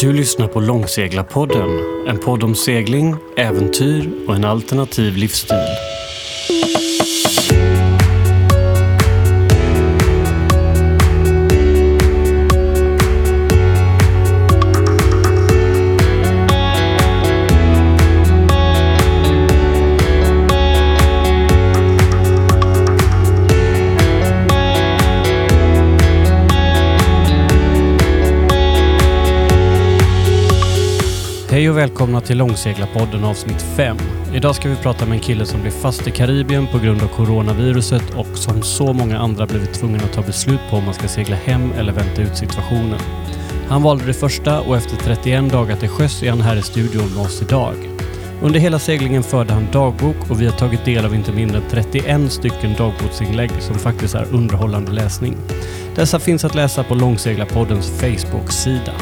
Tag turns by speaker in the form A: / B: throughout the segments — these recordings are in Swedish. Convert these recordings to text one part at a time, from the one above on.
A: Du lyssnar på Långseglarpodden. En podd om segling, äventyr och en alternativ livsstil. Hej och välkomna till Långseglarpodden avsnitt 5. Idag ska vi prata med en kille som blev fast i Karibien på grund av coronaviruset och som så många andra blivit tvungen att ta beslut på om man ska segla hem eller vänta ut situationen. Han valde det första och efter 31 dagar till sjöss är han här i studion med oss idag. Under hela seglingen förde han dagbok och vi har tagit del av inte mindre än 31 stycken dagboksinlägg som faktiskt är underhållande läsning. Dessa finns att läsa på Långseglarpoddens Facebook-sida.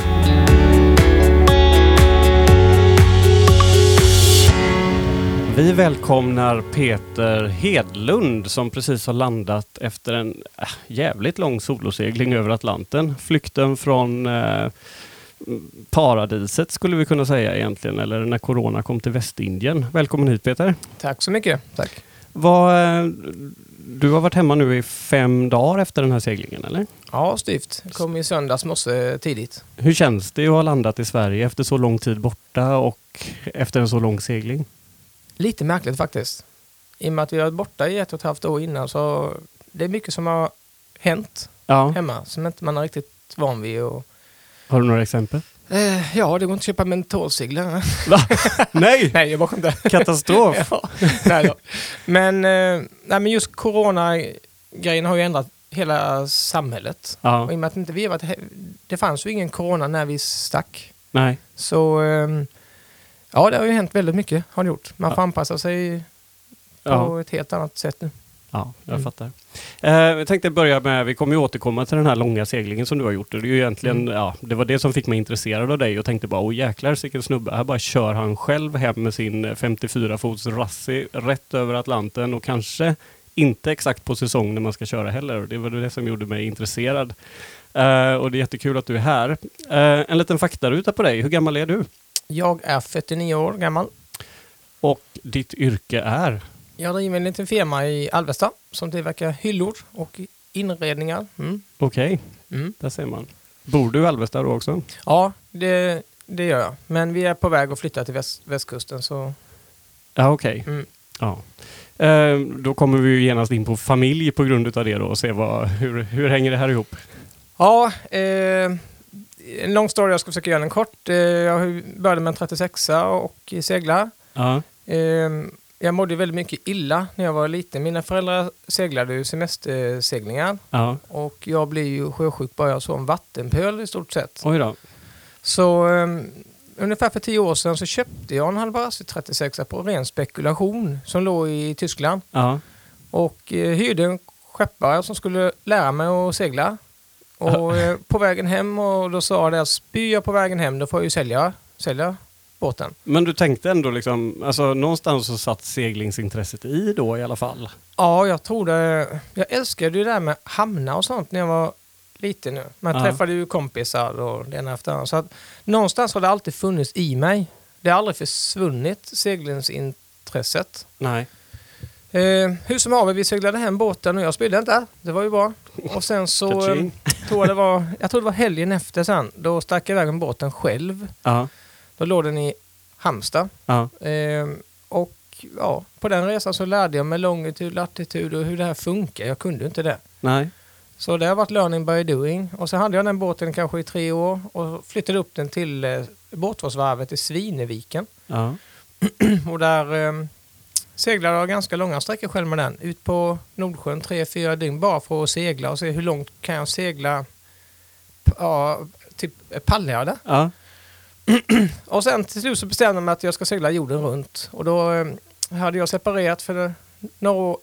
A: Vi välkomnar Peter Hedlund som precis har landat efter en äh, jävligt lång solosegling över Atlanten. Flykten från eh, paradiset skulle vi kunna säga egentligen, eller när corona kom till Västindien. Välkommen hit Peter.
B: Tack så mycket. Tack.
A: Vad, eh, du har varit hemma nu i fem dagar efter den här seglingen, eller?
B: Ja, styvt. Jag kom i söndags morse tidigt.
A: Hur känns det att ha landat i Sverige efter så lång tid borta och efter en så lång segling?
B: Lite märkligt faktiskt. I och med att vi har varit borta i ett och ett halvt år innan så det är mycket som har hänt
A: Ja.
B: hemma som inte man är riktigt van vid. Och,
A: Har du några exempel?
B: eh, ja, det går inte att köpa mentolseglar.
A: Va? Nej!
B: Nej, jag bara skämtar.
A: Katastrof!
B: Ja, nej då. men, eh, nej, men just corona-grejen har ju ändrat hela samhället.
A: Ja,
B: Och i och med att inte vi har varit he- det fanns ju ingen corona när vi stack.
A: nej.
B: Så eh, ja, det har ju hänt väldigt mycket. Har det gjort. Man får
A: Ja.
B: anpassa sig på
A: Ja.
B: ett helt annat sätt nu.
A: Ja, jag
B: Mm.
A: fattar. Eh, jag tänkte börja med, vi kommer ju återkomma till den här långa seglingen som du har gjort. Och Det, är ju egentligen, ja, det var det som fick mig intresserad av dig och tänkte bara, åh jäklar vilken snubbe, här bara kör han själv hem med sin 54-fots rassi rätt över Atlanten och kanske inte exakt på säsong när man ska köra heller. Och Det var det som gjorde mig intresserad. Eh, och det är jättekul att du är här. Eh, en liten faktaruta på dig, hur gammal är du?
B: Jag är 49 år gammal.
A: Och ditt yrke är?
B: Jag driver en liten firma i Alvesta som tillverkar hyllor och inredningar. Mm.
A: Okej,
B: Mm.
A: där ser man. Bor du i Alvesta då också?
B: Ja, det, det gör jag. Men vi är på väg att flytta till väst, västkusten. Så,
A: Ja, okej.
B: mm.
A: Ja. Eh, då kommer vi ju genast in på familj på grund av det då och se vad, hur, hur hänger det här ihop?
B: Ja, eh, en lång story. Jag ska försöka göra den kort. Eh, jag började med en 36a och segla.
A: Ja,
B: Ehm, Jag mådde väldigt mycket illa när jag var liten. Mina föräldrar seglade ju semesterseglningar
A: ja.
B: och jag blev ju sjösjuk bara jag såg en vattenpöl i stort sett.
A: Oj då.
B: Så ehm, ungefär för tio år sedan så köpte jag en Halvarassi 36 på ren spekulation som låg i Tyskland
A: Ja.
B: och eh, hyrde en skeppare som skulle lära mig att segla. Och eh, på vägen hem och då sa jag det att spyr jag på vägen hem då får jag ju sälja, sälja båten.
A: Men du tänkte ändå liksom, alltså någonstans så satt seglingsintresset i då i alla fall?
B: Ja, jag tror det. Jag älskade ju det där med hamnar och sånt när jag var liten nu. Man
A: Ja.
B: träffade ju kompisar och det ena efter det andra. Så att någonstans har det alltid funnits i mig. Det har aldrig försvunnit, seglingsintresset.
A: Nej.
B: Eh, hur som haver, vi seglade hem båten och jag spydde inte. Det var ju bra. Och sen så eh,
A: Kaching.
B: tror jag det var, jag tror det var helgen efter sen, då stack jag iväg med båten själv.
A: Ja.
B: Då låg den i Halmstad.
A: Ja.
B: Ehm, och ja, på den resan så lärde jag mig longitud, latitud och hur det här funkar. Jag kunde inte det.
A: Nej.
B: Så det har varit learning by doing. Och så hade jag den båten kanske i tre år och flyttade upp den till eh, båtvårdsvarvet i Svineviken.
A: Ja.
B: Och där eh, seglade jag ganska långa sträckor själv med den. Ut på Nordsjön tre, fyra dygn bara för att segla och se hur långt kan jag segla. P- Ja, typ eh, pallar jag det?
A: Ja.
B: Och sen till slut så bestämde jag mig att jag ska segla jorden runt. Och då eh, hade jag separerat för det- några år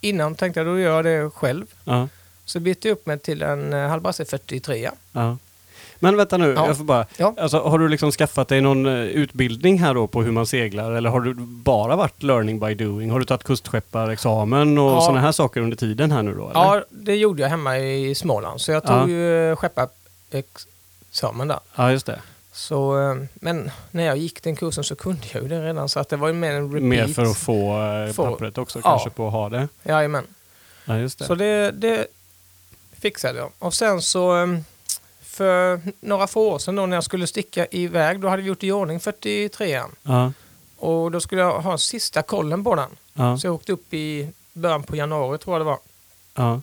B: innan tänkte jag då gör jag det själv.
A: Ja.
B: Så bytte jag upp mig till en eh, Halbrasse 43.
A: ja. Men vänta nu,
B: Ja.
A: jag får bara,
B: Ja.
A: alltså, har du liksom skaffat dig någon eh, utbildning här då på hur man seglar eller har du bara varit learning by doing? Har du tagit kustskepparexamen och
B: Ja.
A: sådana här saker under tiden här nu då? Eller?
B: Ja, det gjorde jag hemma i Småland. Så jag tog
A: Ja.
B: ju eh, skepparexamen där.
A: ja, just det.
B: Så, eh, men när jag gick den kursen så kunde jag ju det redan så att det var ju mer en repeat.
A: Mer för att få eh,
B: Få-
A: pappret också
B: ja.
A: kanske på att ha det.
B: Jajamän.
A: Ja, just det.
B: Så det, det fixade jag. Och sen så eh, för några få år sedan då när jag skulle sticka iväg, då hade vi gjort i ordning 43an.
A: ja,
B: Och då skulle jag ha sista kollen på den.
A: ja,
B: Så jag åkte upp i början på januari tror jag det var.
A: ja.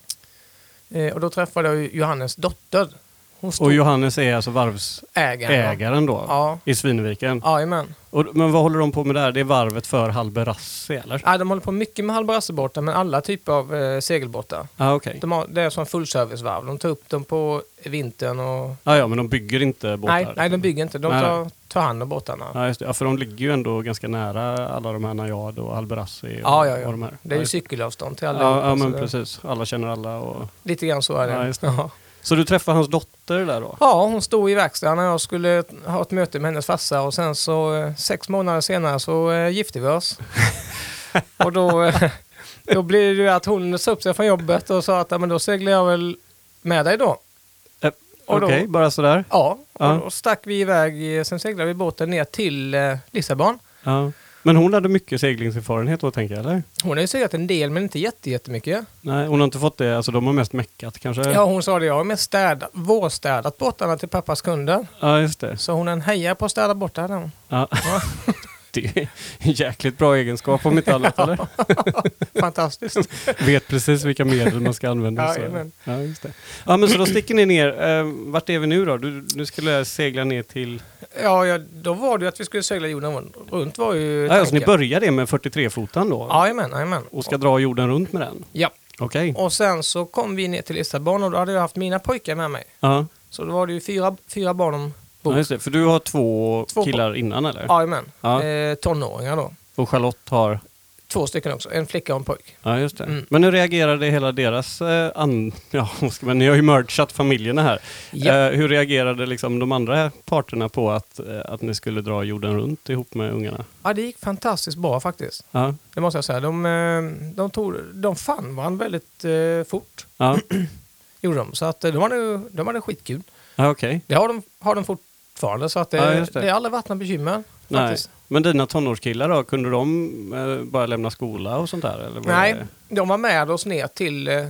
B: Eh, och då träffade jag ju Johannes dotter. Hon stod
A: Och Johannes är alltså varvsägaren då?
B: Ja,
A: I Svinviken?
B: jajamän.
A: Och, men vad håller de på med där? Det är varvet för Halberassi eller?
B: Ja, de håller på mycket med halvbrassebåtar men alla typer av eh, segelbåtar.
A: Ja, ah, okej.
B: De har, det är som fullservicevarv. De tar upp dem på vintern och...
A: Ah, ja, men de bygger inte båtar?
B: Nej, nej, de bygger inte. De
A: Nej,
B: tar, tar hand om båtarna.
A: Ja, just det. ja, för de ligger ju ändå ganska nära alla de här Najad och Alberassi och,
B: Ja, ja, ja.
A: och de här.
B: Det
A: Ja,
B: är ju
A: just
B: cykelavstånd till
A: det.
B: alla.
A: Ja, ja,
B: så
A: men
B: det-
A: precis. Alla känner alla. Och...
B: Lite grann så är det.
A: Ja, just
B: Ja.
A: Så du träffar hans dotter där då?
B: Ja, hon stod i verkstaden när jag skulle ha ett möte med hennes farsa och sen så eh, sex månader senare så eh, gifte vi oss. och då, eh, då blev det ju att hon sa upp sig från jobbet och sa att "Ja, men då seglar jag väl med dig då.
A: Eh,
B: Och
A: Okej,
B: då-
A: bara sådär?
B: Ja, och
A: Ja.
B: då stack vi iväg, eh, sen seglade vi båten ner till eh, Lissabon.
A: Ja. Men hon hade mycket seglingserfarenhet då, tänker jag, eller?
B: Hon har ju seglat en del men inte jätte- jättemycket.
A: Nej, hon har inte fått det. Alltså, de har mest meckat kanske?
B: Ja, hon sa det, jag har mest städat, vårstädat båtarna till pappas kunder.
A: Ja, just det.
B: Så hon är en hejare på att städa bort det här. hon.
A: Ja.
B: Ja.
A: det är en jäkligt bra egenskap om inte annat, eller?
B: Fantastiskt.
A: Vet precis vilka medel man ska använda.
B: Ja,
A: så.
B: jajamän.
A: Ja, just det. ja, men så då sticker ni ner. Eh, vart är vi nu då? Du, nu skulle jag segla ner till...
B: Ja, ja, då var det ju att vi skulle segla jorden runt var ju
A: Ja, alltså, ni
B: tanken.
A: börjar det med 43-fotan då?
B: Jajamän, jajamän.
A: Och ska dra jorden runt med den?
B: Ja.
A: Okej.
B: Och sen så kom vi ner till Lissabon och då hade jag haft mina pojkar med mig.
A: Ja.
B: Så då var det ju fyra, fyra barn ombord.
A: ja, just det. För du har två,
B: Två
A: killar innan eller?
B: Jajamän.
A: Ja.
B: Eh, tonåringar då.
A: Och Charlotte har...
B: Två stycken också, en flicka och en pojk.
A: Ja, just det.
B: Mm.
A: Men hur reagerade hela deras... Eh, an... Ja, vad ska man... ni har ju merchat familjerna här.
B: Ja.
A: Eh, hur reagerade liksom de andra parterna på att, eh, att ni skulle dra jorden runt ihop med ungarna?
B: ja, det gick fantastiskt bra faktiskt.
A: Ja.
B: Det måste jag säga. De, eh, de, tog, de fann varandra väldigt eh, fort.
A: Ja,
B: Gjorde de. Så att eh, de hade, de hade skitkul.
A: ja okej.
B: Det har de, har de fortfarande. Så att det,
A: Ja, just det.
B: det. har aldrig varit några bekymmer.
A: Nej.
B: Faktiskt.
A: Men dina tonårskillar då, kunde de eh, bara lämna skola och sånt där? Eller var
B: Nej,
A: det-
B: de var med oss ner till eh,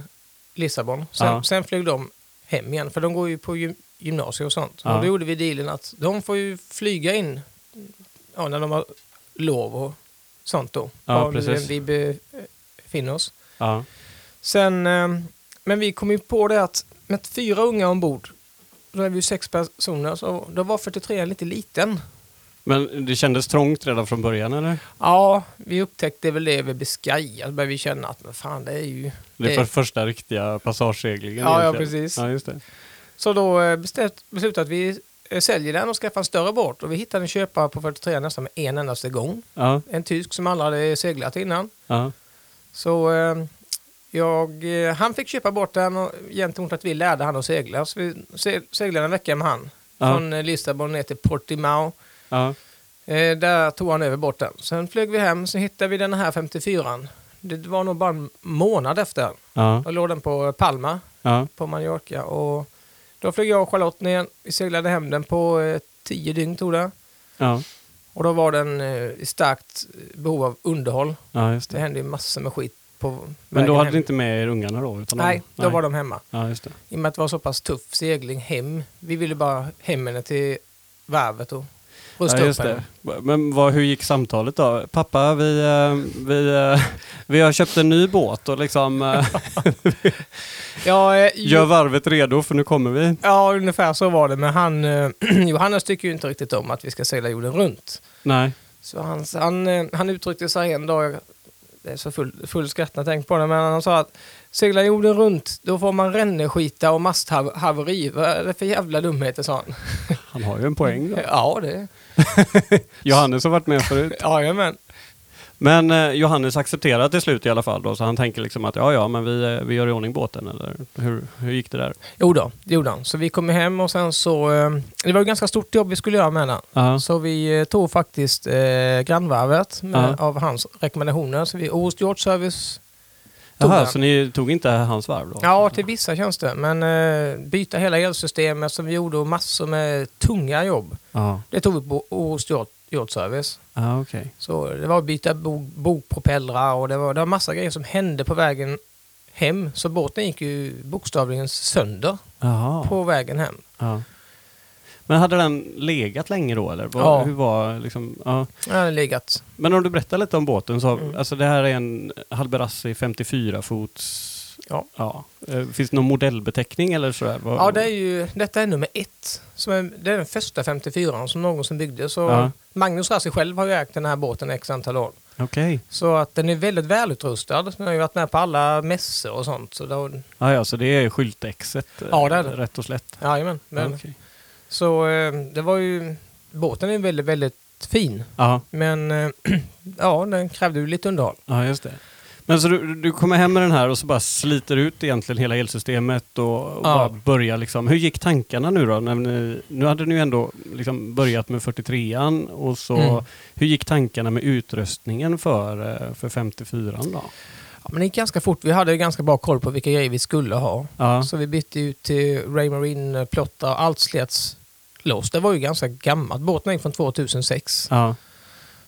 B: Lissabon. Sen,
A: Ja.
B: sen flög de hem igen, för de går ju på gym- gymnasiet och sånt.
A: Ja.
B: Och då gjorde vi dealen att de får ju flyga in ja, när de har lov och sånt då.
A: Ja,
B: var nu
A: precis.
B: vi befinner oss.
A: Ja.
B: Sen, eh, men vi kom ju på det att med fyra unga ombord, då är vi ju sex personer, så då var 43 lite liten.
A: Men det kändes trångt redan från början eller?
B: Ja, vi upptäckte väl det vid Biscaya, då började vi känna att men fan det är ju...
A: Det är
B: det-
A: för första riktiga passageseglingen.
B: Eh. Ja, ja,
A: egentligen.
B: precis.
A: Ja, just det.
B: Så då eh, bestämt- beslutade att vi eh, säljer den och skaffar en större båt. Och vi hittade en köpare på 43 nästan med en endaste gång.
A: Ja,
B: En tysk som alla hade seglat innan.
A: ja,
B: Så eh, jag, eh, han fick köpa båten och gentemot att vi lärde han att segla. Så vi se- seglade en vecka med han.
A: Ja.
B: Från eh, Lissabon ner till Portimao.
A: ja.
B: Eh, där tog han över båten. Sen flög vi hem, sen hittade vi den här 54an. Det var nog bara en månad efter.
A: ja,
B: Då låg den på Palma
A: ja.
B: på Mallorca. Och då flög jag och Charlotte ner. Vi seglade hem den på eh, tio dygn tog det.
A: ja.
B: Och då var den eh, i starkt behov av underhåll.
A: ja just
B: Det
A: det.
B: hände ju massor med skit på vägen
A: Men då hade
B: hem.
A: ni inte med er ungarna då? Utan
B: Nej, då var de hemma.
A: Ja, just det.
B: I och med att det var så pass tuff segling hem. Vi ville bara hem henne till varvet och rusta
A: Ja,
B: upp
A: just
B: henne.
A: det. Men vad, hur gick samtalet då? Pappa, vi, eh, vi, eh, vi har köpt en ny båt och liksom eh,
B: Ja, eh, ju-
A: gör varvet redo för nu kommer vi.
B: ja, ungefär så var det. Men han, eh, Johannes tycker ju inte riktigt om att vi ska segla jorden runt.
A: Nej.
B: Så han, han, eh, han uttryckte sig en dag, det är så full, full skratt när jag tänker på det, men han sa att segla jorden runt, då får man ränneskita och masthaveri. Vad är det för jävla dumheter, sa han.
A: Han har ju en poäng då.
B: Ja, det
A: Johannes har varit med förut.
B: ja, men
A: Men eh, Johannes accepterar till slut i alla fall då, så han tänker liksom att ja, ja, men vi, eh, vi gör i ordning båten eller hur, hur gick det där?
B: Jo då, det gjorde han. Så vi kom hem och sen så, eh, det var ju ganska stort jobb vi skulle göra med den.
A: Ja,
B: Så vi eh, tog faktiskt eh, grannvarvet med,
A: Ja.
B: av hans rekommendationer. Så vi Oros Yacht Service tog
A: Jaha,
B: den.
A: så ni tog inte hans varv då?
B: Ja, typ. till vissa tjänster. Men eh, byta hela elsystemet som vi gjorde och massor med tunga jobb.
A: Ja,
B: Det tog vi på hos Yacht- Yacht Service.
A: ah, okej.
B: Så det var att byta bo- bogpropellrar och det var, det var massa grejer som hände på vägen hem. Så båten gick ju bokstavligen sönder
A: Jaha.
B: på vägen hem.
A: Ja. Men hade den legat länge då eller? Vad,
B: Ja.
A: Hur var liksom, ja.
B: Den hade legat.
A: Men om du berättar lite om båten så,
B: Mm.
A: alltså det här är en Halberassi 54 fots
B: Ja.
A: Eh, Finns det någon modellbeteckning eller sådär? Vad-
B: Ja, det är ju, detta är nummer ett. Som är, det är den första 54 som någonsin byggdes. Så
A: Ja.
B: Magnus Rassi själv har ju ägt den här båten x antal år.
A: Okej.
B: Så att den är väldigt välutrustad. Den har ju varit med på alla mässor och sånt. Så då,
A: Ja, ja, så det är skyltexet? eh,
B: Ja, det är det.
A: Rätt och slätt.
B: jajamän, men,
A: Okej.
B: Så eh, det var ju... Båten är väldigt, väldigt fin.
A: Ja,
B: Men eh, ja, den krävde ju lite underhåll.
A: ja, just det. Men så du, du kommer hem med den här och så bara sliter ut egentligen hela elsystemet och, och bara
B: Ja.
A: börjar liksom. Hur gick tankarna nu då? När ni, nu hade ni ju ändå liksom börjat med 43an och så
B: Mm.
A: hur gick tankarna med utrustningen för, eh, för 54an då?
B: Ja, men det gick ganska fort. Vi hade ju ganska bra koll på vilka grejer vi skulle ha.
A: Ja,
B: Så vi bytte ut till Raymarine-plottar och allt slets loss. Det var ju ganska gammalt. Båten är från 2006.
A: ja,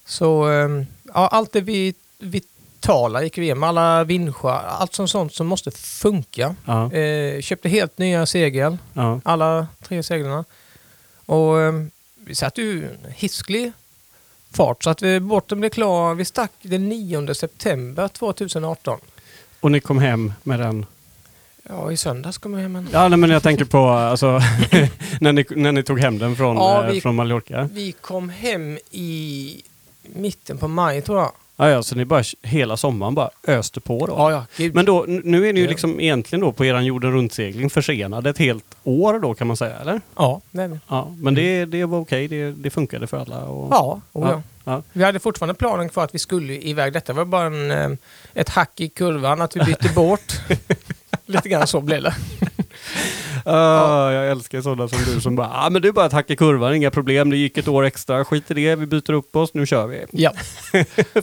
B: Så eh, ja, allt det vi, vitala gick vi igenom. Alla vinschar, allt som sånt som måste funka.
A: ja,
B: Eh, köpte helt nya segel.
A: ja,
B: alla tre seglarna. Och eh, vi satte ju en hisklig fart så att vi, båten blev klar. Vi stack den 9 september 2018.
A: Och ni kom hem med den?
B: Ja, i söndags kom jag hem. Men...
A: Ja, nej, men jag tänker på alltså, när, ni, när ni tog hem den från,
B: Ja,
A: eh,
B: vi-
A: från Mallorca.
B: Vi kom hem i mitten på maj tror jag.
A: Ja, ja, så ni bara hela sommaren bara öste på då?
B: ja. Gud.
A: Men då, n- nu är ni ju
B: Ja.
A: liksom egentligen då på eran jorden runt-segling försenade ett helt år då kan man säga, eller?
B: ja, det är vi.
A: Ja, men det, det var okej, det, det funkade för alla? Och...
B: Ja, oh, ja.
A: ja, ja.
B: Vi hade fortfarande planen kvar att vi skulle iväg. Detta var bara en, eh, ett hack i kurvan, att vi bytte båt. Lite grann så blev det.
A: Ah, Jag älskar sådana som du som bara, ah, men du bara ett hack i kurvan, inga problem, det gick ett år extra, skit i det, vi byter upp oss, nu kör vi.
B: Ja.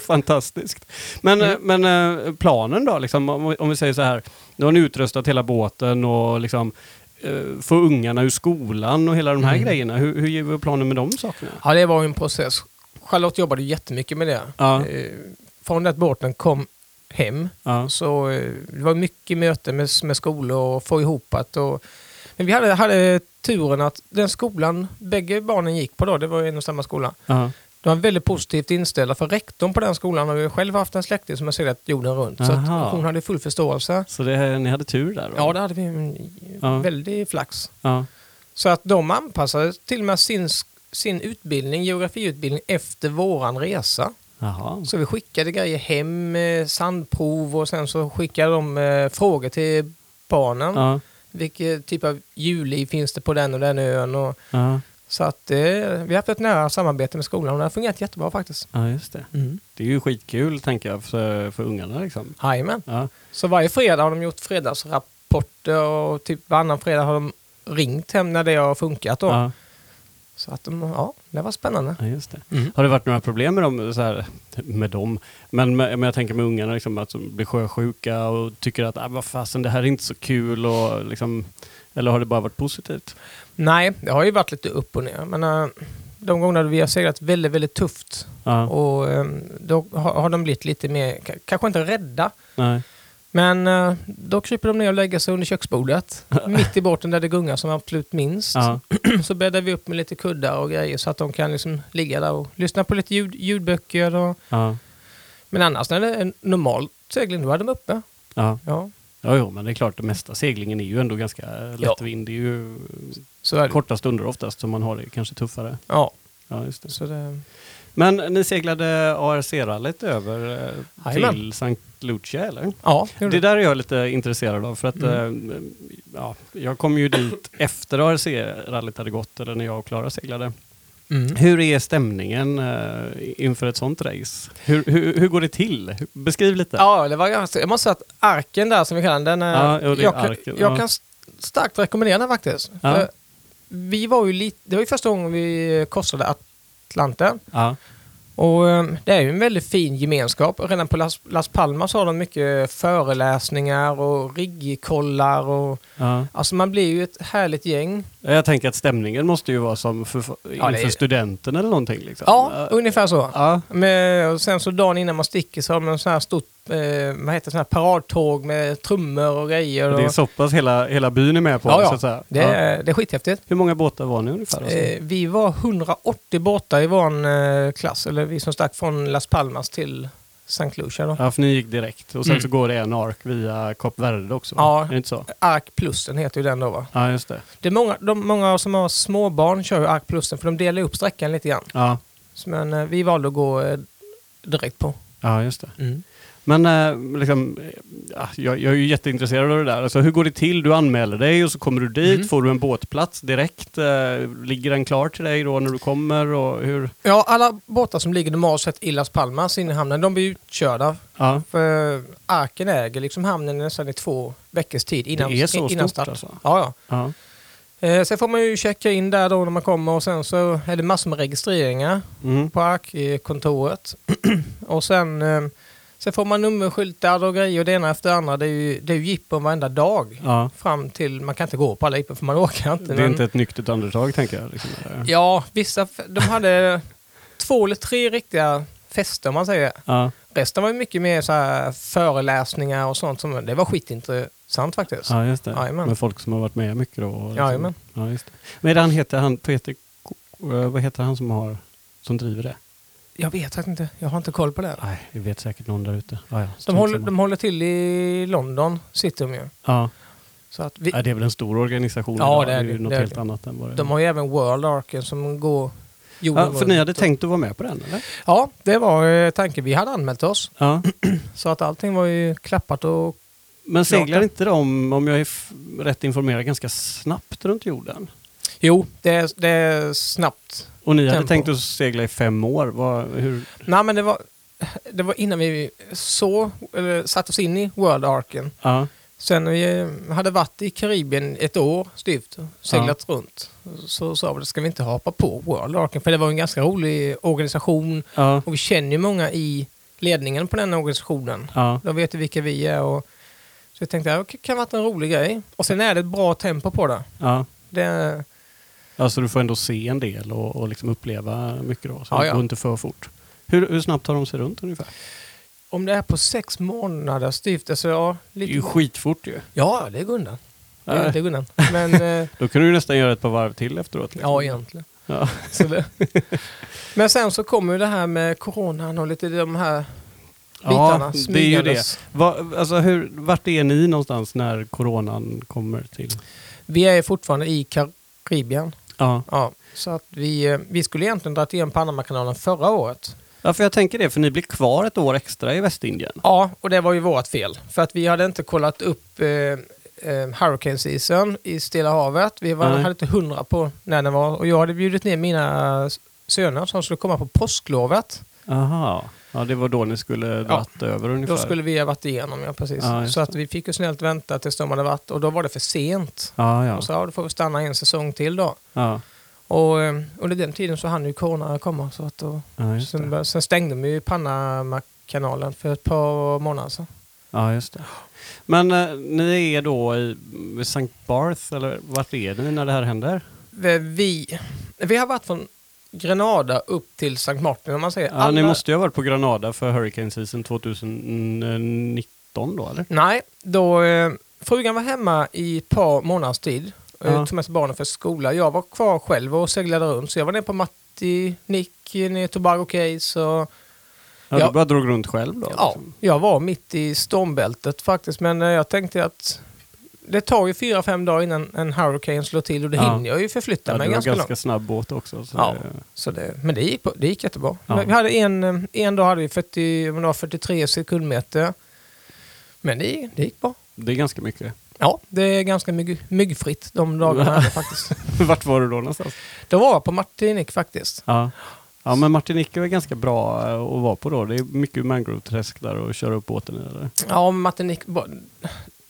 A: Fantastiskt. Men, eh, men eh, planen då, liksom, om, vi- om vi säger så här, nu har ni utrustat hela båten och liksom eh, få ungarna ur skolan och hela de här
B: Mm.
A: grejerna. Hur, hur ger vi planen med de sakerna?
B: Ja, det var ju en process. Charlotte jobbade jättemycket med det.
A: Ja.
B: Eh, Från det att båten kom hem
A: Ja.
B: så eh, det var mycket möten med, med skolor och få ihop att... Och, men vi hade, hade turen att den skolan bägge barnen gick på då, det var ju en och samma skola.
A: Ja.
B: De var väldigt positivt inställda för rektorn på den skolan har ju själv haft en släkting som har seglat jorden runt. Så
A: Aha.
B: att hon hade full förståelse.
A: Så det, ni hade tur där? Då?
B: Ja, där hade vi en
A: Ja.
B: väldig flax.
A: Ja.
B: Så att de anpassade till och med sin, sin utbildning, geografiutbildning, efter våran resa.
A: Jaha.
B: Så vi skickade grejer hem, eh, sandprov och sen så skickade de eh, frågor till barnen.
A: Ja.
B: Vilken typ av djurliv finns det på den och den ön? Och,
A: Ja.
B: så att eh, vi har haft ett nära samarbete med skolan och det har fungerat jättebra faktiskt.
A: ja, just det.
B: Mm.
A: Det är ju skitkul, tänker jag, för, för ungarna liksom.
B: Jajamän.
A: Ja.
B: Så varje fredag har de gjort fredagsrapporter och typ varannan fredag har de ringt hem när det har funkat. Då.
A: Ja.
B: Så att de, ja, det var spännande.
A: Ja, just det.
B: Mm.
A: Har det varit några problem med dem? Så här, med dem? Men, med, men jag tänker med ungarna, liksom, att de blir sjösjuka och tycker att ah, vad fasen, det här är inte så kul. Och, liksom, eller har det bara varit positivt?
B: Nej, det har ju varit lite upp och ner. Men eh, de gångerna vi har seglat väldigt, väldigt tufft
A: Ja.
B: Och ehm, då har har de blivit lite mer, k- kanske inte rädda,
A: Nej.
B: men eh, då kryper de ner och lägger sig under köksbordet. mitt i båten där det gungar som absolut minst.
A: Ja.
B: Så bäddar vi upp med lite kuddar och grejer så att de kan liksom ligga där och lyssna på lite ljud, ljudböcker. Och,
A: Ja.
B: men annars när det är normal segling, då är de uppe.
A: Ja.
B: Ja,
A: Ja, jo, men det är klart, det mesta seglingen är ju ändå ganska lättvind. Det är ju
B: så är det.
A: korta stunder oftast som man har det kanske tuffare.
B: Ja,
A: Ja, just det.
B: så det
A: Men ni seglade ARC-rallyt över eh, till
B: Jajamän.
A: St. Lucia, eller?
B: ja, det
A: Det
B: gjorde det.
A: där
B: Mm.
A: är jag lite intresserad av för att eh, ja, jag kom ju dit efter ARC-rallyt hade gått eller när jag och Klara seglade.
B: Mm.
A: Hur är stämningen eh, inför ett sånt race? Hur, hur, hur går det till? Beskriv lite.
B: Ja, det var ganska... Jag måste säga att arken där som vi kallar den, den är-
A: Ja, jo, det är
B: jag, kan-
A: arken,
B: jag
A: ja.
B: kan st- starkt rekommendera den faktiskt.
A: Ja.
B: För Vi var ju lite, det var ju första gången vi korsade Atlanten
A: Ja,
B: Och eh, det är ju en väldigt fin gemenskap. Redan på Las, Las Palmas har de mycket föreläsningar och riggkollar. Och,
A: Ja.
B: alltså man blir ju ett härligt gäng.
A: Jag tänker att stämningen måste ju vara som för, inför
B: det är-
A: studenten eller någonting. Liksom.
B: Ja, ungefär så.
A: ja.
B: Men, och sen så dagen innan man sticker så har man så här stort eh, vad heter det, sån här paradtåg med trummor och grejer.
A: Det är så pass hela, hela byn är med på.
B: Ja, ja.
A: Så att säga.
B: det,
A: Ja.
B: är, det är skithäftigt.
A: Hur många båtar var ni ungefär? Alltså?
B: Eh, vi var 180 båtar i vår eh, klass, eller vi som stack från Las Palmas till St. Lucia. Då.
A: Ja, för ni gick direkt. Och sen
B: Mm.
A: så går det en ark via Kap Verde också.
B: Ja.
A: Är det inte så?
B: Ark Plusten heter ju den då va?
A: Ja, just det.
B: Det är många, de, många som har småbarn kör ju Ark Plusten för de delar upp sträckan lite grann.
A: Ja,
B: Så, Men eh, vi valde att gå eh, direkt på.
A: ja just det. Men eh, liksom, eh, ja, jag, jag är ju jätteintresserad av det där. Alltså, hur går det till? Du anmäler dig och så kommer du dit.
B: Mm.
A: Får du en båtplats direkt? Eh, ligger den klar till dig då när du kommer? Och hur?
B: Ja, alla båtar som ligger normalt sett i Las Palmas inne i hamnen, de blir utkörda.
A: Ja.
B: För Arken äger liksom hamnen nästan i två veckors tid innan,
A: det är så
B: innan
A: stort
B: start.
A: alltså.
B: Ja, ja.
A: Ja.
B: Eh, sen får man ju checka in där då när man kommer och sen så är det massor med registreringar
A: Mm.
B: på ARK-kontoret. och sen, eh, sen får man nummerskyltar och grejer det ena efter det andra. Det är ju, det är ju jippon varenda dag.
A: ja.
B: Fram till, man kan inte gå på alla jippon för man orkar inte.
A: Det är
B: men-
A: inte ett nyktert andetag tänker jag. Liksom, eller?
B: Ja, vissa, f- de hade två eller tre riktiga fester om man säger.
A: Ja.
B: Resten var ju mycket mer så här föreläsningar och sånt. Som, det var skitintressant faktiskt.
A: ja, just det.
B: Jajamän.
A: Med folk som har varit med mycket då. och Liksom.
B: Jajamän.
A: Ja, just det. Men är det han heter, han, Peter, K- eh, vad heter han som, har, som driver det?
B: Jag vet faktiskt inte, jag har inte koll på det. här.
A: Nej, det vet säkert någon där ute. Ja, ja. strunt
B: De håller,
A: samma.
B: de håller till i London, sitter de ju.
A: ja.
B: Så att vi,
A: ja, det är väl en stor organisation.
B: Ja,
A: idag.
B: det är
A: ju
B: det.
A: något
B: Det är
A: helt
B: det.
A: annat än vad det
B: De har ju även World Arken som går jorden
A: Ja, för ni hade
B: runt.
A: tänkt att vara med på den, eller?
B: Ja, det var eh, tanken. Vi hade anmält oss.
A: Ja.
B: Så att allting var ju klappat och...
A: Men seglar
B: Klart.
A: inte de, om jag är f- rätt informerad, ganska snabbt runt jorden?
B: Jo, det är, det är snabbt.
A: Och ni hade
B: Tempo.
A: tänkt att segla i fem år? Vad, hur?
B: Nej, men det var, det var innan vi så, eller satt oss in i World Arken.
A: Ja,
B: Sen när vi eh, hade varit i Karibien ett år styvt, seglat runt, så sa vi att ska vi inte hoppa på World Arken? För det var en ganska rolig organisation
A: ja,
B: och vi känner ju många i ledningen på den organisationen.
A: ja.
B: De vet ju vilka vi är. Och, så jag tänkte att det kan vara en rolig grej. Och sen är det ett bra tempo på det.
A: ja.
B: det
A: Alltså du får ändå se en del och, och liksom uppleva mycket då, så
B: Ja,
A: det
B: ja.
A: går inte för fort. Hur, hur snabbt tar de sig runt ungefär?
B: om det är på sex månader styvt, alltså ja,
A: Det är
B: lite...
A: ju skitfort ju.
B: Ja, det går undan. Det,
A: Ja.
B: det går undan. Men, eh,
A: Då kan du ju nästan göra ett par varv till efteråt. liksom.
B: ja, egentligen.
A: Ja.
B: Så det. Men sen så kommer ju det här med coronan och lite de här
A: Ja, det är ju
B: bitarna
A: det.
B: smygandes.
A: Va, alltså, hur, vart är ni någonstans när coronan kommer till?
B: Vi är fortfarande i Karibien.
A: Ja.
B: Ja, så att vi, eh, vi skulle egentligen dra igen Panamakanalen förra året.
A: ja, för jag tänker det, för ni blir kvar ett år extra i Västindien.
B: Ja, och det var ju vårt fel. För att vi hade inte kollat upp eh, eh, Hurricane Season i Stilla havet. Vi var,
A: Nej.
B: hade inte hundra på när den var. Och jag hade bjudit ner mina söner som skulle komma på påsklovet.
A: Aha. Ja, det var då ni skulle dratt över ungefär.
B: Då skulle vi ha varit igenom, ja precis.
A: Ja, just
B: så att vi fick ju snällt vänta tills de hade varit och då var det för sent.
A: Ja, ja.
B: Och så ja, då får vi stanna en säsong till då.
A: ja.
B: Och eh, under den tiden så hann ju corona komma. Så att då,
A: Ja, just
B: sen,
A: det.
B: bör- sen stängde de ju Panamakanalen för ett par månader sedan.
A: Ja, just det. Men eh, ni är då i vid St. Barth, eller vart är ni när det här händer?
B: Eh, Vi, vi har varit från Grenada upp till Sankt Martin om man säger.
A: Ja,
B: Alla-
A: Ni måste ju ha varit på Granada för Hurricane Season 2019 då, eller?
B: Nej, då eh, frugan var hemma i ett par månaders tid.
A: Ja.
B: Ja. Tog med sig barnen för skola. Jag var kvar själv och seglade runt. Så jag var nere på Matti, Nick, nere i Tobago Case. Och,
A: Ja,
B: Ja.
A: Du bara drog runt själv då?
B: ja,
A: liksom.
B: jag var mitt i stormbältet faktiskt. Men eh, jag tänkte att det tar ju fyra, fem dagar innan en hurricane slår till och det
A: Ja.
B: hinner jag ju förflytta
A: ja,
B: mig
A: du var
B: ganska,
A: ganska
B: långt.
A: snabb båt också. Så
B: Ja.
A: det-
B: Så det, men det gick, på- det gick jättebra.
A: eh, Ja.
B: Men Vi hade en, eh, en dag hade vi 40, om det var 43 sekundmeter. Men det, det gick bra.
A: det är ganska mycket.
B: Ja, det är ganska mygg, myggfritt de dagarna här faktiskt.
A: Vart var du då någonstans?
B: Det var på Martinique faktiskt.
A: Ja. Ja, men Martinique var ganska bra eh, att vara på då. Det är mycket mangrove-träsk där och köra upp båten i. Eller?
B: Ja, Martinique var-